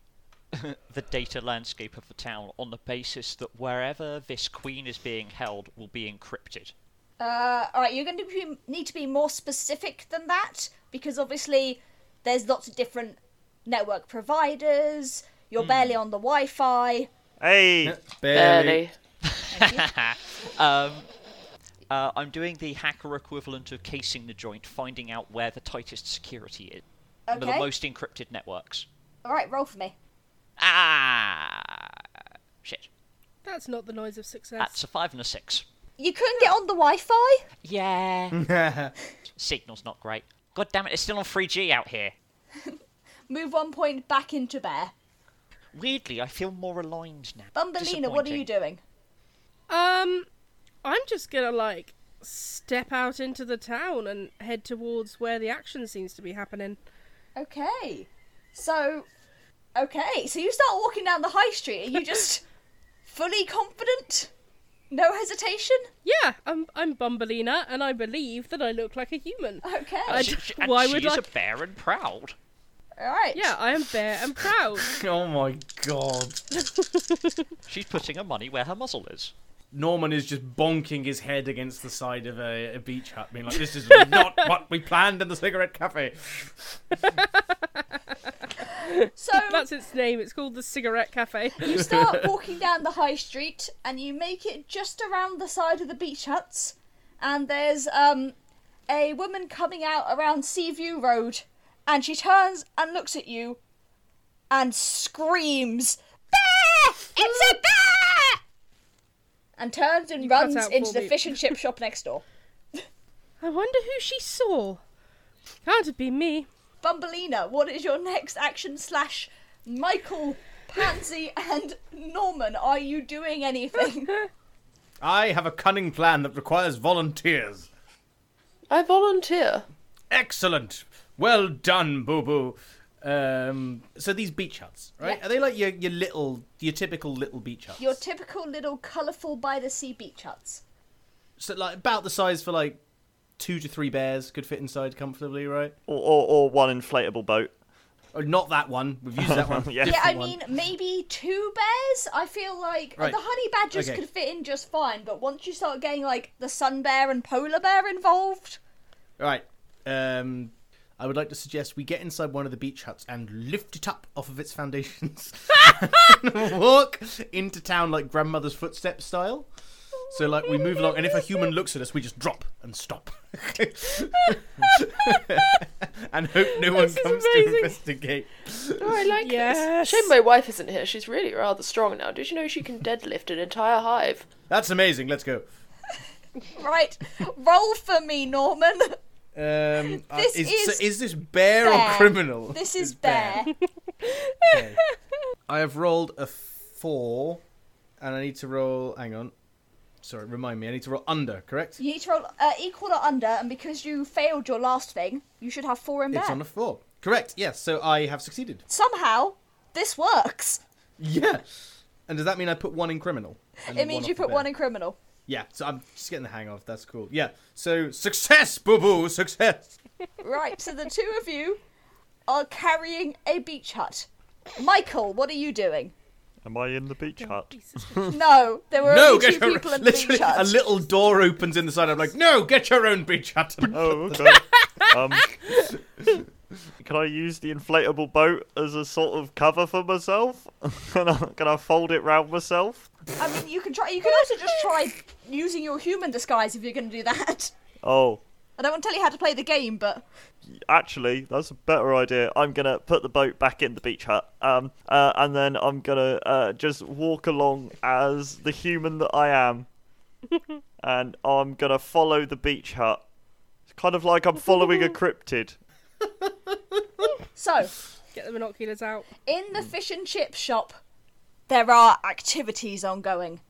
the data landscape of the town on the basis that wherever this queen is being held will be encrypted.
Uh, all right, you're going to be, need to be more specific than that because obviously there's lots of different network providers. You're
Hmm.
barely on the Wi-Fi.
Hey,
Barely.
Um, uh, I'm doing the hacker equivalent of casing the joint, finding out where the tightest security is, the- the
Okay.
most encrypted networks.
All right, roll for me.
Ah, shit.
That's not the noise of success.
That's a five and a six.
You couldn't get on the Wi-Fi.
Yeah.
yeah,
Signal's not great. God damn it, it's still on 3G out here.
Move one point back into Bear.
Weirdly, I feel more aligned now.
Bumbelina, what are you
Disappointing.
doing?
Um, I'm just gonna like step out into the town and head towards where the action seems to be happening.
Okay. So, okay. So you start walking down the high street. Are you just fully confident? No hesitation?
Yeah, I'm I'm Bumbelina, and I believe that I look like a human.
Okay.
I
She-
d-
she- and
why
she's
would
a
like?
bear and proud.
All right.
Yeah, I am fair and proud.
Oh my god.
She's putting her money where her muzzle is.
Norman is just bonking his head against the side of a, a beach hut, being like, "This is not what we planned in the cigarette cafe."
So
That's its name. It's called the Cigarette Cafe.
you start walking down the high street and you make it just around the side of the beach huts and there's um a woman coming out around Seaview Road and she turns and looks at you and screams Bear! It's a bear! And turns and
cut
runs
out
into
for
the
me.
fish and chip shop next door.
I wonder who she saw. Can't it be me?
Bumbelina, what is your next action slash Michael, Pansy and Norman? Are you doing anything?
I have a cunning plan that requires volunteers.
I volunteer.
Excellent. Well done, Boo Boo. Um, so these beach huts, right? Are they like your your little, your typical little beach huts?
Your typical little colourful by the sea beach huts.
so like about the size for like two to three bears could fit inside comfortably, right?
or, or or one inflatable boat.
Oh, not that one. We've used that one.
Yeah.
Yeah,
Different
I
one.
mean maybe two bears. I feel like
Right.
the honey badgers
Okay.
could fit in just fine, but once you start getting like the sun bear and polar bear involved,
Right. Um, I would like to suggest we get inside one of the beach huts and lift it up off of its foundations. And walk into town like grandmother's footsteps style. So like we move along, and if a human looks at us, we just drop and stop, and hope no one
This is
comes
amazing.
to investigate.
Oh, I like
Yes.
this. Shame my wife isn't here. She's really rather strong now. Did you know she can deadlift an entire hive?
That's amazing. Let's go.
right? roll for me, Norman.
Um, uh,
This
is,
is
so is this bear, or
bear.
criminal?
This is
It's
bear.
Okay. I have rolled a four, and I need to roll. Hang on. Sorry, remind me. I need to roll under, correct?
You need to roll uh, equal or under, and because you failed your last thing, you should have four in
It's
bear.
on a four. Correct. Yes. So I have succeeded.
Somehow, this works.
Yeah. And does that mean I put one in criminal? and
It
one
means
off
you
the
put
bear?
one in criminal.
Yeah. So I'm just getting the hang of. That's cool. Yeah. So success, boo boo, success.
Right, so the two of you are carrying a beach hut. Michael, what are you doing?
Am I in the beach hut?
No, there were
no,
only
get
two
your
people in the
literally
beach hut.
a little door opens in the side. I'm like, no, get your own beach hut.
Oh, okay. um, can I use the inflatable boat as a sort of cover for myself? can, I, can I fold it round myself?
I mean, you can try. You can also just try using your human disguise if you're going to do that.
Oh,
I don't want to tell you how to play the game, but
actually, that's a better idea. I'm gonna put the boat back in the beach hut, um, uh, and then I'm gonna uh, just walk along as the human that I am, and I'm gonna follow the beach hut. It's kind of like I'm following a cryptid.
so
Get the binoculars out.
in the fish and chip shop, there are activities ongoing.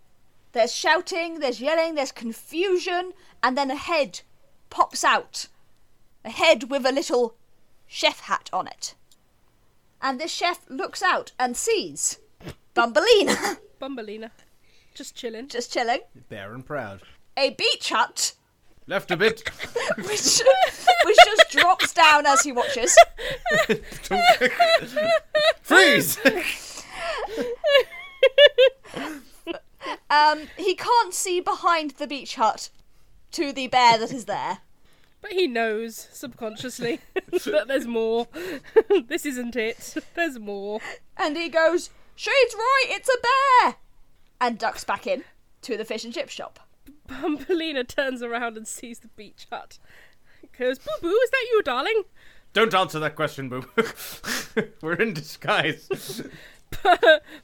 There's shouting, there's yelling, there's confusion, and then a head pops out. A head with a little chef hat on it. And this chef looks out and sees Bumbelina
Bumbelina, just chilling.
just chilling,
Bear and proud.
a beach hut
Left a bit.
which, which just drops down as he watches.
Freeze.
Um, he can't see behind the beach hut to the bear that is there.
But he knows subconsciously that there's more. this isn't it. There's more.
And he goes, She's right, it's a bear! And ducks back in to the fish and chip shop.
Bumbelina turns around and sees the beach hut. Goes, Boo Boo, is that you, darling?
Don't answer that question, Boo. Boo. We're in disguise.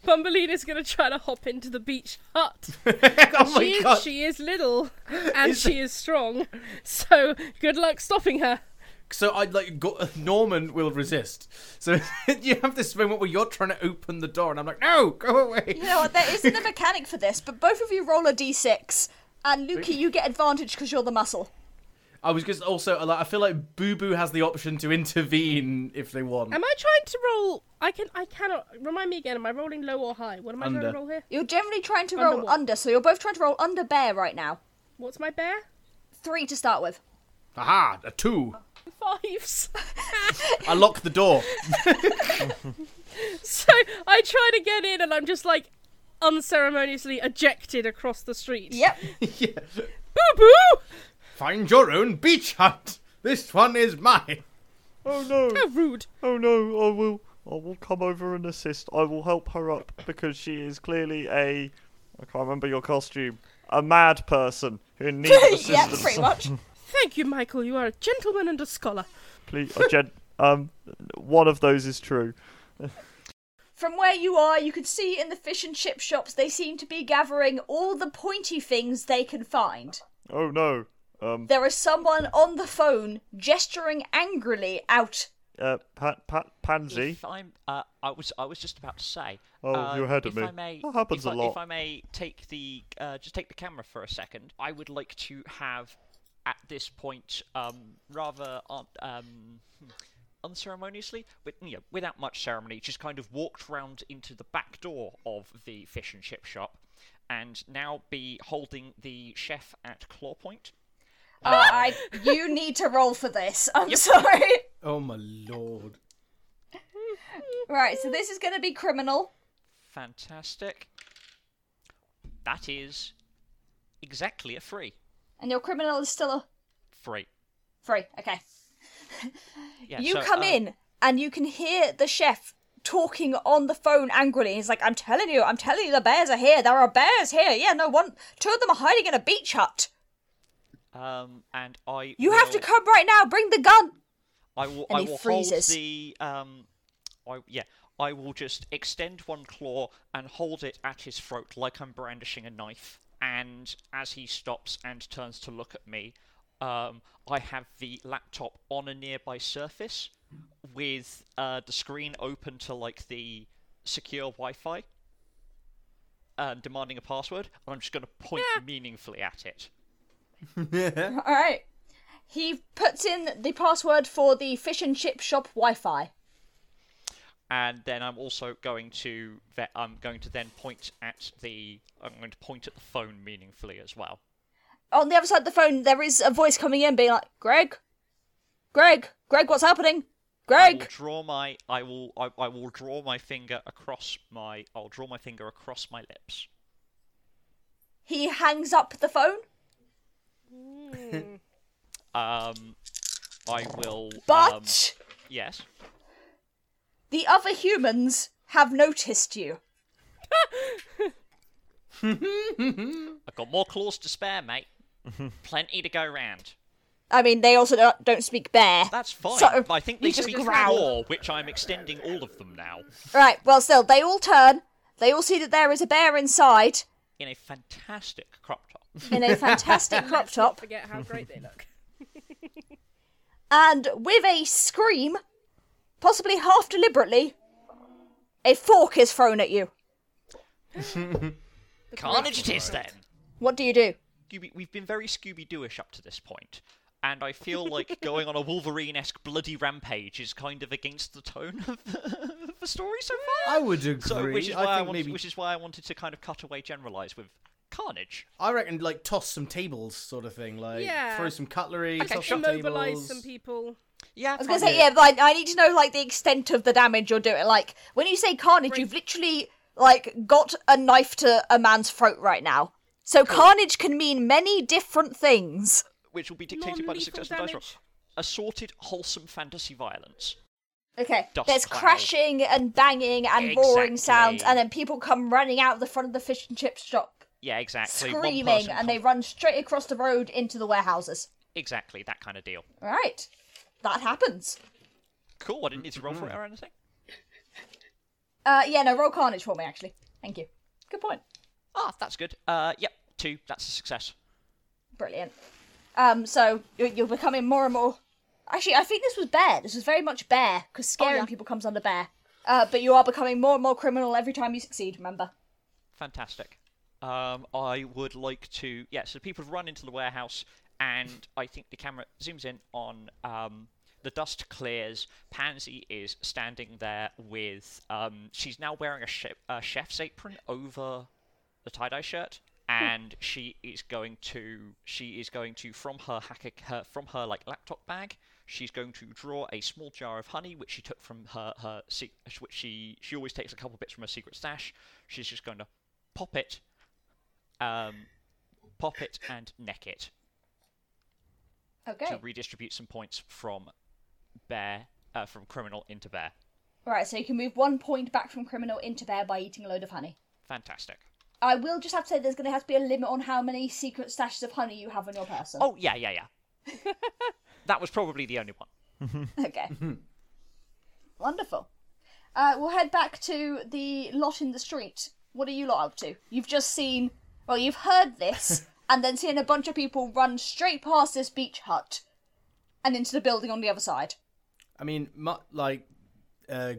Bumbelina's gonna try to hop into the beach hut.
oh
she
my
is
god.
she is little and she is strong. So good luck stopping her.
So I like go- Norman will resist. So you have this moment where you're trying to open the door, and I'm like, no, go away.
You know what? There isn't a mechanic for this, but both of you roll a d6, and Lukey, you get advantage because you're the muscle.
I was just also like, I feel like Boo Boo has the option to intervene if they want.
Am I trying to roll I can I cannot remind me again, am I rolling low or high? What am I trying
Under.
to roll here?
You're generally trying to
Under
roll under,
what?
so you're both trying to roll under bear right now.
What's my bear?
Three to start with.
Aha, a two.
Fives.
I lock the door.
so I try to get in and I'm just like unceremoniously ejected across the street.
Yep.
yeah.
Boo boo!
Find your own beach hut. This one is mine.
Oh no!
How rude.
Oh no! I will. I will come over and assist. I will help her up because she is clearly a. I can't remember your costume. A mad person who needs
yep,
assistance.
pretty much.
Thank you, Michael. You are a gentleman and a scholar.
Please, uh, Jen, um, one of those is true.
From where you are, you can see in the fish and chip shops they seem to be gathering all the pointy things they can find.
Oh no! Um,
There is someone on the phone gesturing angrily out.
uh, Pat, Pat, Pansy.
If I'm, uh, I was, I was just about to say.
Oh,
um,
you're ahead of
if
me.
I may,
That happens
if
a
I,
lot.
If I may take the, uh, just take the camera for a second. I would like to have, at this point, um, rather, un- um, hmm, unceremoniously, with you know, without much ceremony, just kind of walked round into the back door of the fish and chip shop, and now be holding the chef at claw point.
Uh, I, you need to roll for this. I'm sorry.
Oh my lord.
Right, so this is going to be criminal.
Fantastic. That is exactly a free.
And your criminal is still a
Free.
free. Okay.
Yeah,
you
so,
come
um,
in and you can hear the chef talking on the phone angrily. He's like, I'm telling you, I'm telling you, the bears are here. There are bears here. Yeah, no one. Two of them are hiding in a beach hut.
Um, and I.
You have to
will-
come right now. Bring the gun.
I will.
And
I
he
will
freezes.
hold the. Um, I yeah. I will just extend one claw and hold it at his throat like I'm brandishing a knife. And as he stops and turns to look at me, um, I have the laptop on a nearby surface with uh, the screen open to like the secure Wi-Fi, uh, demanding a password. And I'm just going to point meaningfully at it.
All right. He puts in the password for the fish and chip shop Wi Fi.
and then I'm also going to ve- I'm going to then point at the I'm going to point at the phone meaningfully as well.
On the other side of the phone, there is a voice coming in being like, Greg? Greg? Greg, what's happening?
I will
Greg?
draw my I will I, I will draw my finger across my I'll draw my finger across my lips.
He hangs up the phone.
Um, I will. um,
But
yes.
the other humans have noticed you.
I've got more claws to spare, mate. Plenty to go round.
I mean, they also don't, don't speak bear.
That's fine.
So,
I think
you
they
just
speak
growl.
claw, which I'm extending all of them now
Right, well, still, they all turn. They all see that there is a bear inside
in a fantastic crop top.
in a fantastic crop top.
Forget how great they look.
and with a scream, possibly half deliberately, a fork is thrown at you.
Carnage it is then.
What do you do?
Scooby, we've been very Scooby Dooish up to this point, and I feel like going on a Wolverine-esque bloody rampage is kind of against the tone of the, of the story so far.
I would agree.
So, which is why
I
I,
think
wanted,
maybe
which is why I wanted to kind of cut away, generalize with carnage.
I reckon like toss some tables, sort of thing. Like
Yeah.
throw some cutlery, toss some
Immobilize
tables.
some people.
Yeah,
I was gonna say, yeah, but I, I need to know like the extent of the damage you're doing. Like when you say carnage, you've literally like got a knife to a man's throat right now. So carnage can mean many different things.
which will be dictated by the
Non-lethal
success of the dice roll.
damage.
Assorted, wholesome fantasy violence.
Okay.
Dust
There's
cloud.
crashing and banging and roaring
Exactly.
sounds, and then people come running out of the front of the fish and chip shop
Yeah, exactly. One
screaming,
person
and they
pump-
run straight across the road into the warehouses.
Exactly, that kind of deal.
Right. That happens.
Cool, I didn't need to roll for it or anything.
Uh, yeah, no, roll carnage for me, actually. Thank you. Good point.
Ah, that's good. Uh, yep, two, that's a success.
Brilliant. Um, so you're, you're becoming more and more. Actually, I think this was bear. This was very much bear because scaring
yeah.
people comes under bear. Uh, but you are becoming more and more criminal every time you succeed. Remember.
Fantastic. Um, I would like to. Yeah, so people run into the warehouse, and I think the camera zooms in on. Um, the dust clears. Pansy is standing there with. Um, she's now wearing a, she- a chef's apron over the tie-dye shirt, and she is going to. She is going to from her hacker her, from her like laptop bag. She's going to draw a small jar of honey, which she took from her her se- which she she always takes a couple bits from her secret stash. She's just going to pop it, um, pop it and neck it
Okay.
to redistribute some points from bear uh, from criminal into bear.
right. So you can move one point back from criminal into bear by eating a load of honey.
Fantastic.
I will just have to say there's going to have to be a limit on how many secret stashes of honey you have on your person.
Oh yeah, yeah, yeah. that was probably the only one.
Okay. Wonderful. Uh, we'll head back to the lot in the street. What are you lot up to? You've just seen, well, you've heard this, and then seen a bunch of people run straight past this beach hut and into the building on the other side.
I mean, mu- like, uh,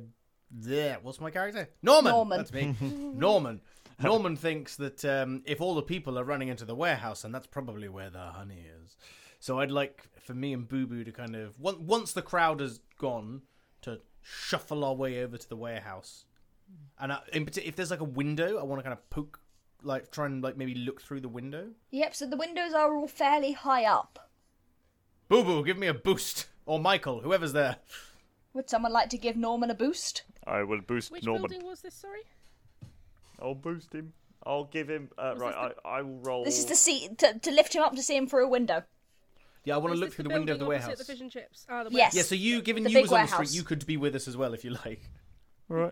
there. What's my character? Norman.
Norman.
That's me. Norman. Norman thinks that um, if all the people are running into the warehouse, and that's probably where the honey is. So I'd like for me and Boo Boo to kind of on- once the crowd has gone to shuffle our way over to the warehouse, and I, in particular, if there's like a window, I want to kind of poke, like try and like maybe look through the window.
Yep, so the windows are all fairly high up.
Boo Boo, give me a boost, or Michael, whoever's there.
Would someone like to give Norman a boost?
I will boost
Which
Norman.
building was this? Sorry.
I'll boost him. I'll give him.
Was
Uh,
this
right, I, I will roll.
This is to see to, to lift him up to see him through a window.
Yeah, I want
Is
to look
this
through the window of the
building opposite
warehouse.
The fish and chips. Ah, the
Yes.
warehouse.
Yeah, so you, given
The
you
big
was on the
warehouse.
street, you could be with us as well if you like.
Right.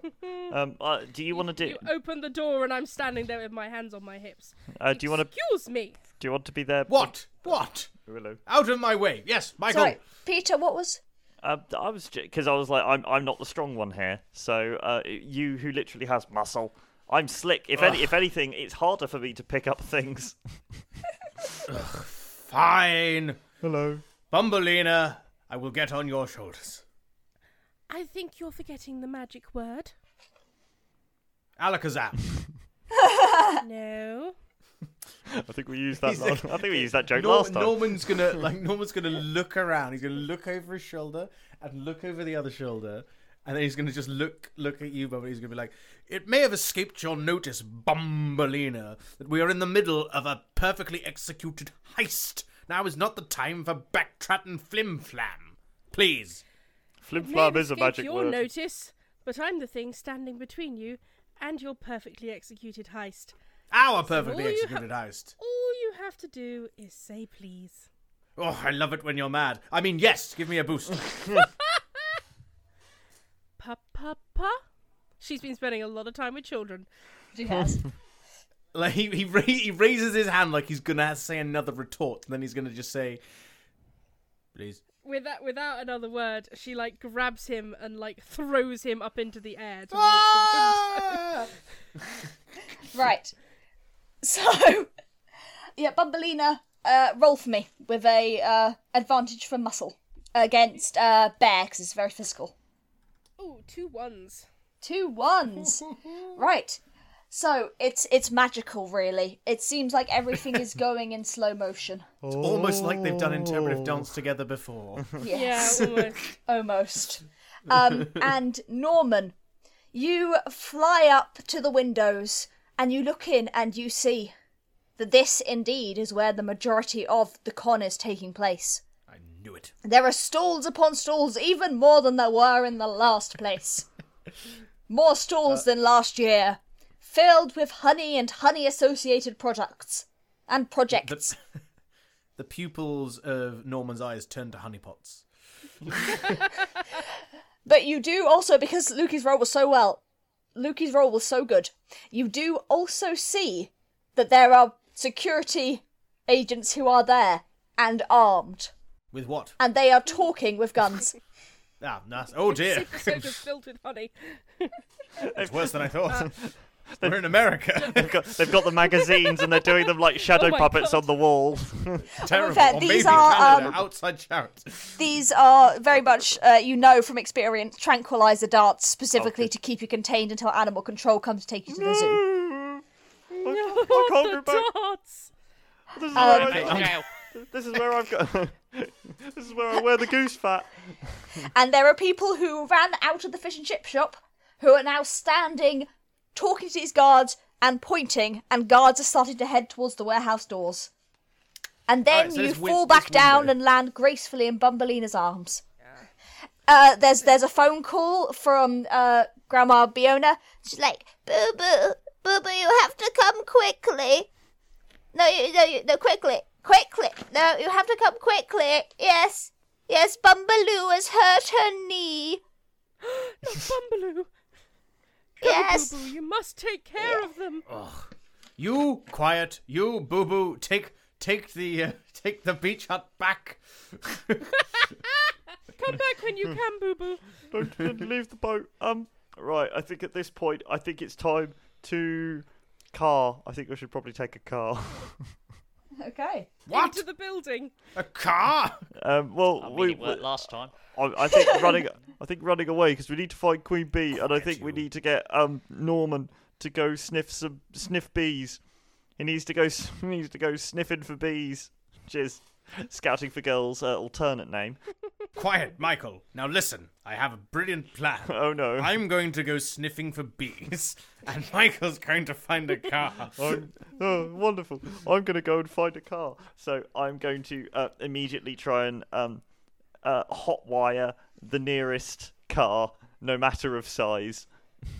Um, uh, do you want to do?
You open the door and I'm standing there with my hands on my hips.
Uh, do you want to?
Excuse me.
Do you want to be there?
What? What?
Willow.
Out of my way! Yes, Michael.
Sorry, Peter, what was?
Uh, I was because I was like, I'm I'm not the strong one here. So uh, you who literally has muscle, I'm slick. If any, if anything, it's harder for me to pick up things.
Fine,
Hello.
Bumbleina. I will get on your shoulders.
I think you're forgetting the magic word.
Alakazam.
no.
I think we used that.
He's
last, I think we used that joke
Nor-
last time.
Norman's gonna like Norman's gonna look around. He's gonna look over his shoulder and look over the other shoulder, and then he's gonna just look look at you, but he's gonna be like, "It may have escaped your notice, Bumbleina, that we are in the middle of a perfectly executed heist. Now is not the time for backtracking and flimflam. Please."
Flim
May have
flam is a
escaped
magic
your
word.
notice, but I'm the thing standing between you and your perfectly executed heist.
Our perfectly
all you
executed heist.
All you have to do is say please.
Oh, I love it when you're mad. I mean, yes, give me a boost.
Pa pa pa. She's been spending a lot of time with children.
She has.
Like he he, ra- he raises his hand like he's gonna say another retort, and then he's gonna just say, "Please."
With that, without another word, she like grabs him and like throws him up into the air. To
Ah!
Right. So, yeah, Bumbelina, uh, roll for me with a uh, advantage from muscle against uh, bear because it's very physical.
Ooh, two ones.
Two ones. right. So it's it's magical, really. It seems like everything is going in slow motion.
It's almost like they've done interpretive dance together before.
Yes,
Yeah, almost.
almost. Um, and Norman, you fly up to the windows and you look in and you see that this indeed is where the majority of the con is taking place.
I knew it.
There are stalls upon stalls, even more than there were in the last place. More stalls than last year. filled with honey and honey associated products and projects.
The, the pupils of Norman's eyes turn to honeypots.
But you do also, because Lukey's role was so well, Lukey's role was so good, you do also see that there are security agents who are there and armed.
With what?
And they are talking with guns.
Ah, nice. Oh dear.
Super soda's filled with honey.
It's worse than I
Uh,
thought. We're in America.
They've got, they've got the magazines and they're doing them like shadow
Oh my
puppets
God.
on the wall.
Terrible.
fair,
Or
these
maybe
are,
Canada,
um,
outside charity.
These are very much, uh, you know from experience, tranquilizer darts specifically to keep you contained until animal control comes to take you to the zoo.
I can't
the
go back.
darts.
This is where Um, I-
Put it down.
This is where I've got. this is where I wear the goose fat.
And there are people who ran out of the fish and chip shop who are now standing, talking to these guards and pointing, and guards are starting to head towards the warehouse doors. And then
Alright, so
you
this win-
fall
this
back down
window.
and land gracefully in Bumbleina's arms. Uh, there's there's a phone call from uh, Grandma Biona. She's like, "Boo boo, boo boo, you have to come quickly." No, you, no, you, no, quickly, quickly. No, you have to come quickly. Yes, yes. Bumbaloo has hurt her knee.
Bumbaloo.
Yes.
Boo, you must take care of them.
You quiet. You boo boo. Take take the uh, take the beach hut back.
Come back when you can, Boo Boo.
Don't don't leave the boat. Um. Right. I think at this point, I think it's time to car. I think we should probably take a car.
Okay.
What?
Into the building.
A car?
Um. Well,
I mean,
we.
it worked last time.
I, I think running. I think running away because we need to find Queen Bee, and I think we need to get um Norman to go sniff some sniff bees. He needs to go. s- He needs to go sniffing for bees. Cheers. Scouting for girls, uh, alternate name.
Quiet, Michael. Now listen. I have a brilliant plan.
Oh no.
I'm going to go sniffing for bees, and Michael's going to find a car.
I'm, oh, wonderful. I'm going to go and find a car. So I'm going to uh, immediately try and um, uh, hotwire the nearest car, no matter of size.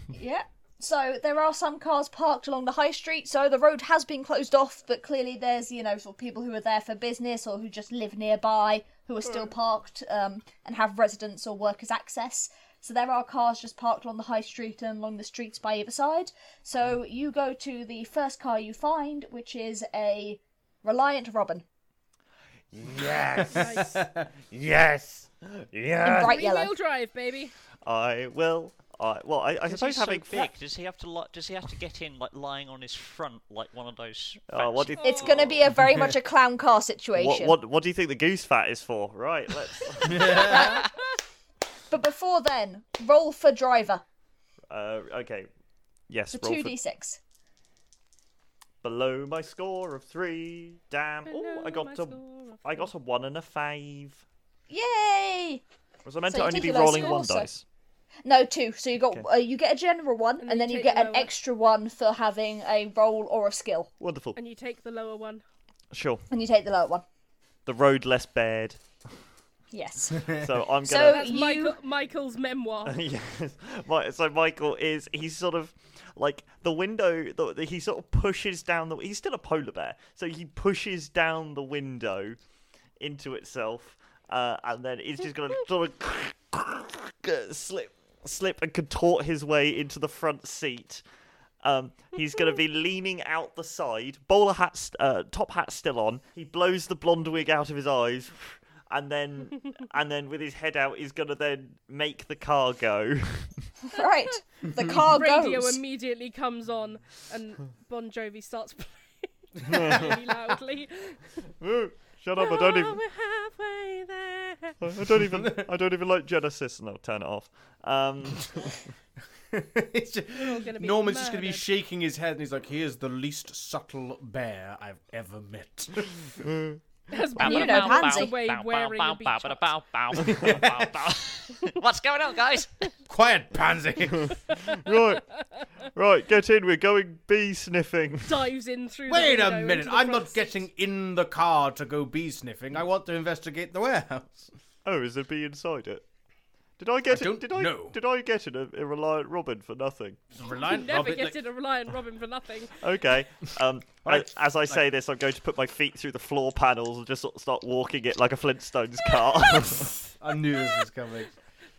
Yeah. So there are some cars parked along the high street, so the road has been closed off, but clearly there's, you know, sort of people who are there for business or who just live nearby who are still parked um, and have residents or workers access. So there are cars just parked along the high street and along the streets by either side. So you go to the first car you find, which is a Reliant Robin
Yes.
Nice.
yes.
in
Yes.
bright
Three-wheel
yellow.
drive, baby.
I will. I well, I, I
Because he's
suppose having
so big, does he have to li- does he have to get in like lying on his front like one of those?
Oh, what
fancy-
do you-
It's going to be a very much a clown car
What,
situation.
what what do you think the goose fat is for? Right, let's.
But before then, roll for driver
uh, okay, yes,
for
roll for
2d6.
below my score of three. Damn! Oh,
Below
I
my
got a,
score of
I got a one and a five.
Yay!
Was I meant
So
to
you
only
take
be
your last
rolling
score,
one
so-
dice?
No, two. So you got
Okay.
uh, you get a general one, and,
you
then you
take
get
the
an
lower one.
extra one for having a roll or a skill,
Wonderful.
And you take the lower one.
Sure.
and you take the lower one.
The road less bad.
Yes.
So I'm
So-
gonna.
That's
You-
Michael, Michael's memoir.
yes. My, so Michael is he's sort of like the window. The, the- he sort of pushes down the. He's still a polar bear, so he pushes down the window into itself, uh, and then he's just gonna sort of slip, slip and contort his way into the front seat. Um, he's going to be leaning out the side, bowler hat, st- uh, top hat still on. He blows the blonde wig out of his eyes, and then, and then with his head out, he's going to then make the car go.
right. The car
Radio
goes.
immediately comes on, and Bon Jovi starts playing really loudly.
Shut up! I
Oh,
don't even.
we're halfway there.
I don't even. I don't even like Genesis, and I'll turn it off. Um,
It's ju-
gonna be
Norman's just going to be
murdered.
shaking his head, and he's like, "He is the least subtle bear I've ever met."
As
Bow,
Bon
bow,
You know,
bow,
Jovi runs
Pansy.
away
bow, bow,
wearing
bow,
a
bow,
beach hut.
bow, bow, bow, bow, bow. What's going on, guys?
Quiet, pansy.
right, right. Get in. We're going bee sniffing.
Dives in through. the
Wait
window
a
into
minute.
the
I'm
front
not
seat.
getting in the car to go bee sniffing. I want to investigate the warehouse.
Oh, is there bee inside it? Did I get
I
it?
don't
did I
know.
did I get it a, a reliant Robin for nothing?
Reliant
Never
Robin,
get
like-
in a Reliant Robin for nothing.
Okay. Um,
Right.
as, as I say this, I'm going to put my feet through the floor panels and just sort of start walking it like a Flintstones car.
I knew this was coming.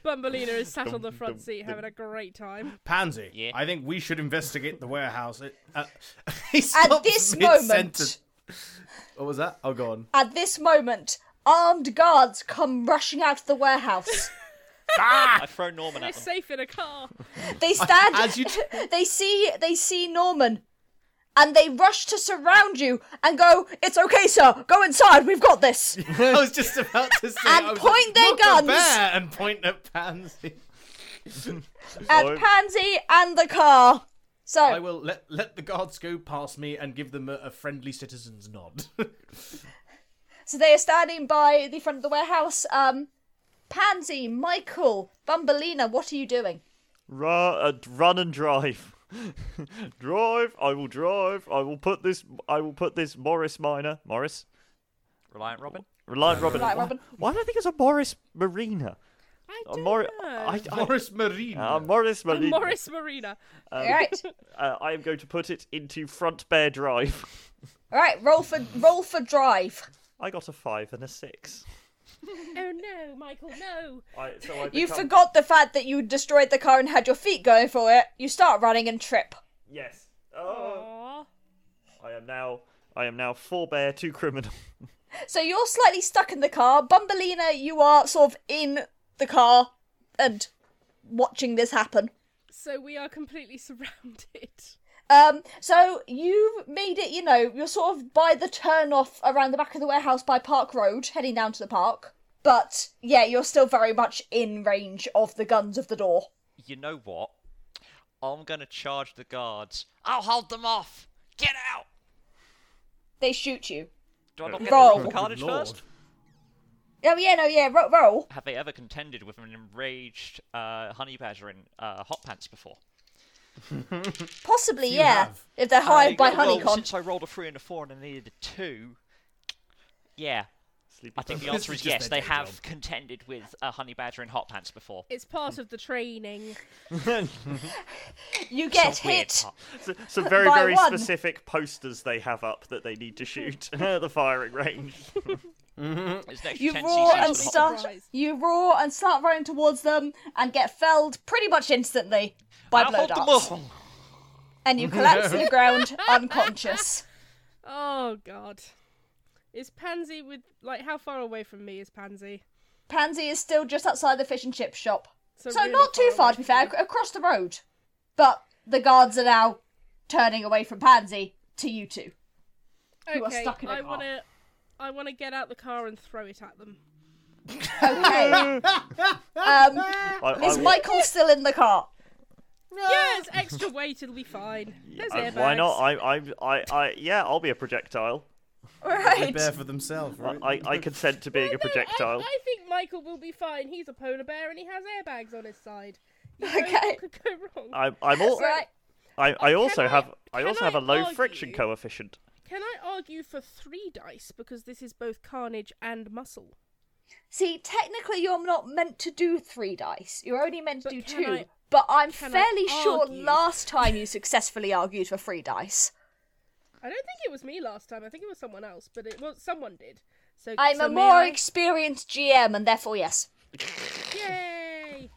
Thumbelina is sat on the
Dum,
front
dum,
seat having a great time.
Pansy,
Yeah.
I think we should investigate the warehouse. It, uh, he
At
stops
this
mid-sentence.
moment,
What was that? Oh, go on.
at this moment, armed guards come rushing out of the warehouse.
I throw Norman
They're
at them.
safe in a car.
They stand.
As you. T-
they see. They see Norman, and they rush to surround you and go. It's okay, sir. Go inside. We've got this.
I was just about to say.
And
I was
point
like,
their
"Look, a
guns."
bear," and point at Pansy.
and Pansy and the car. So
I will let let the guards go past me and give them a, a friendly citizen's nod.
So they are standing by the front of the warehouse. Um, Pansy, Michael, Bumbelina, what are you doing?
Ra- uh, run and drive. drive. I will drive. I will put this. I will put this Morris Minor. Morris.
Reliant Robin.
Reliant Robin.
Reliant Robin.
Why, why do I think it's a Morris Marina?
I
A
don't
Uh, Mor-
know.
I, I,
Morris Marine.
Uh,
a Morris Marina.
Morris Marina.
all right,
Uh, I am going to put it into front bear drive.
all right. Roll for roll for drive.
I got a five and a six.
Oh no, Michael, no.
I, so I
You
become-
forgot the fact that you destroyed the car and had your feet going for it. You start running and trip.
Yes. Oh.
Aw.
I am now. I am now four bear, two criminal.
So you're slightly stuck in the car. Bumbelina, you are sort of in the car and watching this happen.
So we are completely surrounded.
Um, so you've made it, you know, you're sort of by the turn off around the back of the warehouse by Park Road, heading down to the park. But yeah, you're still very much in range of the guns of the door.
You know what? I'm gonna charge the guards. I'll hold them off. Get out.
They shoot you.
Do I not get
Roll.
the
Good
carnage
lord.
first?
Oh yeah, no, yeah, ro- roll.
Have they ever contended with an enraged uh, honey badger in uh, hot pants before?
Possibly, yeah,
have.
if they're hired
Uh,
by
well,
Honeycon.
Since I rolled a three and a four and I needed a two, yeah,
Sleepy
I think the
This
answer
is
is
just
yes.
their
They
day
have
job.
contended with a honey badger in hot pants before.
It's part of the training.
You get
Weird
hit.
part.
So- Some very,
By
very
one.
specific posters they have up that they need to shoot the firing range.
It's next
You
10
roar
seasons
and
of hot
start.
surprised.
You roar and start running towards them and get felled pretty much instantly by
I'll
blow
hold them
darts,
off.
and you collapse to the ground unconscious.
Oh god. Is Pansy with like how far away from me is Pansy?
Pansy is still just outside the fish and chip shop. So
really
not too far,
away
to be
from
fair,
me.
ac- across the road. But the guards are now turning away from Pansy to you two. who are
Okay,
stuck in a
I
car.
want to I want to get out the car and throw it at them.
Okay. um,
I, I
is
will-
Michael still in the car?
yes, extra weight, it'll be fine. There's
I-
airbags.
why not? I, I, I, I, yeah, I'll be a projectile.
Right.
bear for themselves, right?
I, I consent to being a projectile.
I, I think Michael will be fine. He's a polar bear and he has airbags on his side. You know
Okay.
What could go wrong?
I'm, I'm all,
Right.
I, I also
I-
have, I
can
also have
I
a low
argue?
friction coefficient.
Can I argue for three dice because this is both carnage and muscle?
See, technically, you're not meant to do three dice. You're only meant to
But
do
can
two.
I-
but I'm
can I
fairly sure
argue?
last time you successfully argued for three dice.
I don't think it was me last time. I think it was someone else, but it was someone did. So
I'm
so
a
may
more
I-
experienced GM, and therefore, yes.
Yay!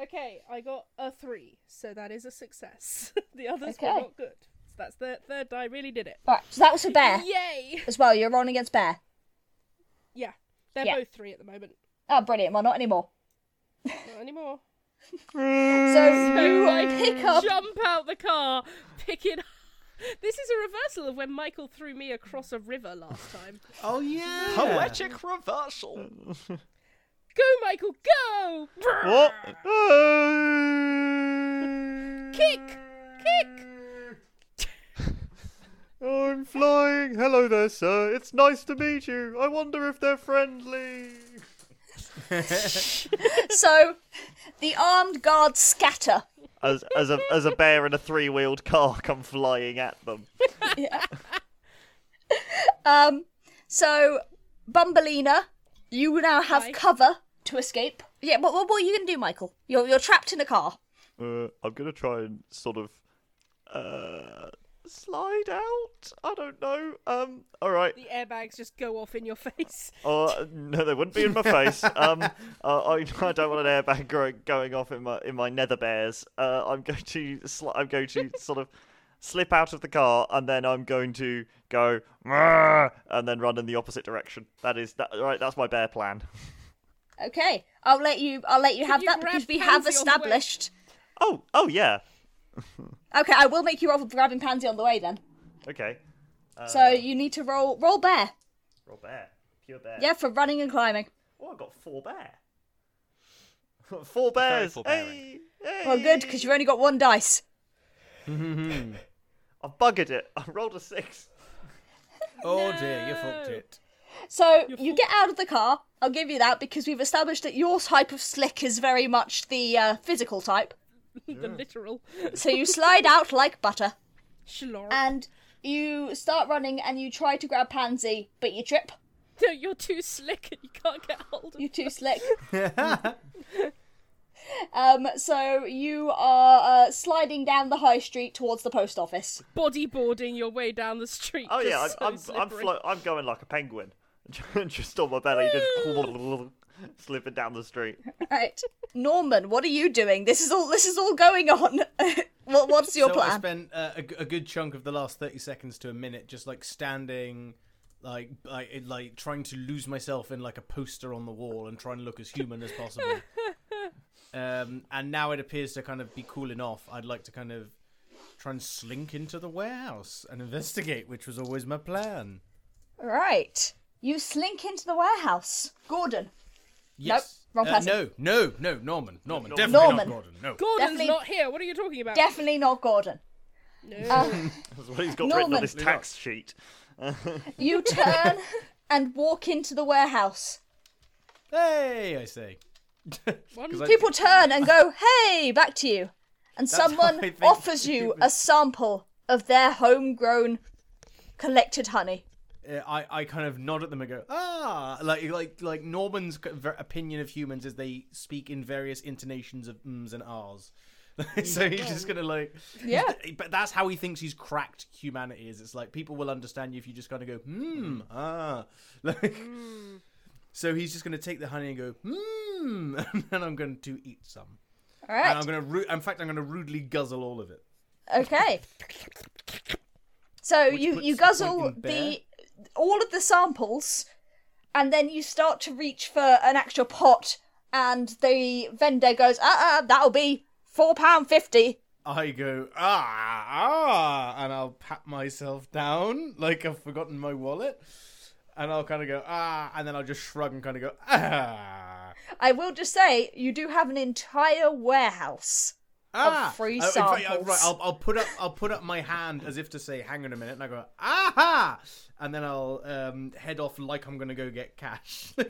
okay, I got a three, so that is a success. the others
Okay.
were not good. So that's the third die. Really did it.
Right, so that was for Bear
Yay!
as well. You're rolling against Bear.
Yeah, they're
Yeah.
both three at the moment.
Oh, brilliant. Well, not anymore.
Not anymore.
So
So I
pick up.
Mm. jump out the car, pick it up. This is a reversal of when Michael threw me across a river last time.
oh yeah.
Poetic reversal.
Go, Michael, go!
What?
Kick! Kick!
I'm flying. Hello there, sir. It's nice to meet you. I wonder if they're friendly.
So the armed guards scatter.
As, as a, as a bear in a three-wheeled car come flying at them.
Um, so Bumbelina, you now have
Hi.
cover to escape. Yeah, what, what, what are you going to do, Michael? You're, you're trapped in a car.
Uh, I'm gonna try and sort of uh, slide out. I don't know. Um, all right.
The airbags just go off in your face.
Uh, no, they wouldn't be in my face. Um, uh, I, I don't want an airbag gro- going off in my in my nether bears. Uh, I'm going to sli- I'm going to sort of slip out of the car and then I'm going to go "Rrrr," and then run in the opposite direction. That is that right. That's my bear plan.
Okay, I'll let you. I'll let you have
you
that
grab
because we have
Pansy on the way?
established.
Oh oh yeah.
Okay, I will make you roll for grabbing Pansy on the way then.
Okay.
so you need to roll roll bear.
Roll bear. Pure bear.
Yeah, for running and climbing.
Oh, I got four bear. four bears.
forbearing.
Hey,
Well, good because you've only got one dice.
I've buggered it. I rolled a six.
Oh dear, you fucked it.
So you get out of the car. I'll give you that because we've established that your type of slick is very much the uh, physical type.
the literal
So you slide out like butter
schlor.
and you start running and you try to grab Pansy, but you trip.
No, you're too slick and you can't get hold of
You're too slick. um, so you are uh, sliding down the high street towards the post office.
bodyboarding your way down the street.
Oh yeah,
just
I'm
so
I'm I'm,
slippery.
flo- I'm going like a penguin, just on my belly, just slipping down the street.
Right, Norman, what are you doing? This is all. This is all going on. what, what's your
so I
plan?
spent uh, a, g- a good chunk of the last thirty seconds to a minute just like standing, like like it- like trying to lose myself in like a poster on the wall and trying to look as human as possible. um, and now it appears to kind of be cooling off. I'd like to kind of try and slink into the warehouse and investigate, which was always my plan.
Right, you slink into the warehouse, Gordon.
Yes.
wrong
Uh,
person.
no, no, no, Norman, Norman, definitely
Norman.
not Gordon. No.
Gordon's
Definitely-
not here. What are you talking about?
Definitely not Gordon.
That's what he's got written on
Norman.
his tax sheet.
You turn and walk into the warehouse.
Hey, I say.
One
'Cause I-
People turn and go, "Hey!" back to you, and
how I
someone
think
offers you a
humans-
sample of their homegrown collected honey.
uh, I, I kind of nod at them and go ah like like like Norman's c- ver- opinion of humans is they speak in various intonations of ums and ahs. so he's just gonna like
Yeah.
but that's how he thinks he's cracked humanity is it's like people will understand you if you just kind of go
Mm.
hmm ah like so he's just gonna take the honey and go hmm and then I'm going to eat some
All
and I'm
right.
gonna ru- in fact I'm gonna rudely guzzle all of it.
Okay. So you
puts
you
the point
guzzle
in bear.
the all of the samples, and then you start to reach for an actual pot, and the vendor goes, "Ah, uh, that'll be four pound fifty.
I go ah ah, and I'll pat myself down like I've forgotten my wallet, and I'll kind of go ah, and then I'll just shrug and kind of go ah
I will just say you do have an entire warehouse.
ah.
free
Uh, in fact, uh,
samples.
right, I'll, I'll put up I'll put up my hand as if to say hang on a minute, and I go aha, and then I'll um, head off like I'm gonna go get cash.
I'm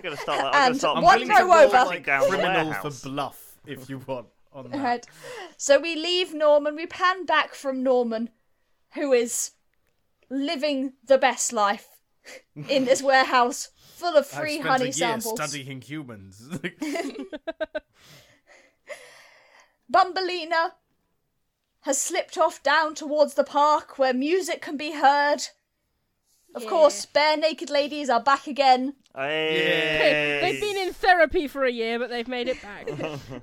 gonna start. Like, I'm gonna
And
start.
I'm
willing
One
to
row
roll,
over.
like,
Down the
criminal
warehouse.
for bluff if you want on that.
Right. So we leave Norman. We pan back from Norman, who is living the best life in this warehouse full of
I've
free
spent
honey
a year
samples.
studying humans.
Bumbelina has slipped off down towards the park where music can be heard. Of course, bare naked ladies are back again.
Hey,
Hey.
They've been in therapy for a year, but they've made it back.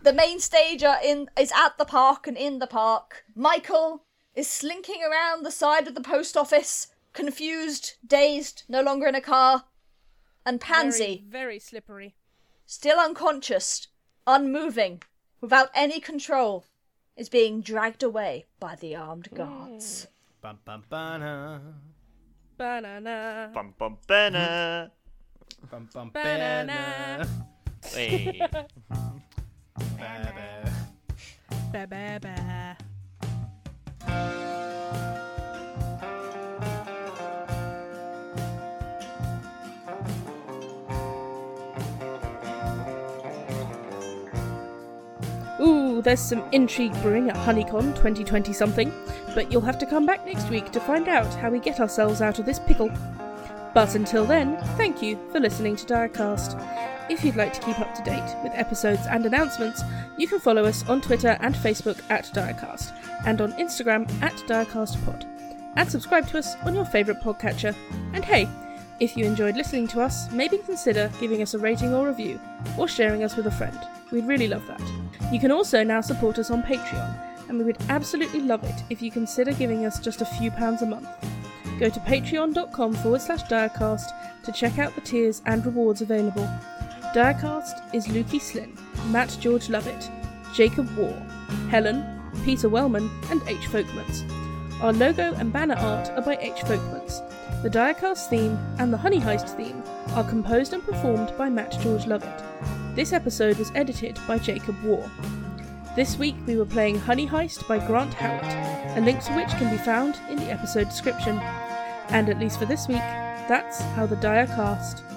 The main stage are in is at the park and in the park. Michael is slinking around the side of the post office, confused, dazed, no longer in a car. And
very,
Pansy,
very slippery.
still unconscious, unmoving, without any control, is being dragged away by the armed guards.
bum, bum, banana,
Banana.
Bum bum
Mm-hmm.
banner.
bum, bum,
Banana.
Hey.
banana.
Ba, ba, ba. Ooh, there's some intrigue brewing at Honeycon 2020 something, but you'll have to come back next week to find out how we get ourselves out of this pickle. But until then, thank you for listening to Diacast. If you'd like to keep up to date with episodes and announcements, you can follow us on Twitter and Facebook at Diacast and on Instagram at DiacastPod. And subscribe to us on your favourite podcatcher. And hey, if you enjoyed listening to us, maybe consider giving us a rating or review, or sharing us with a friend. We'd really love that. You can also now support us on Patreon, and we would absolutely love it if you consider giving us just a few pounds a month. Go to patreon.com forward slash Diacast to check out the tiers and rewards available. Diacast is Lukey Slynn, Matt George Lovett, Jacob War, Helen, Peter Wellman, and H. Folkmans. Our logo and banner art are by H. Folkmans. The Diacast theme and the Honey Heist theme are composed and performed by Matt George Lovett. This episode was edited by Jacob War. This week we were playing Honey Heist by Grant Howard, a link to which can be found in the episode description. And at least for this week, that's how the Diacast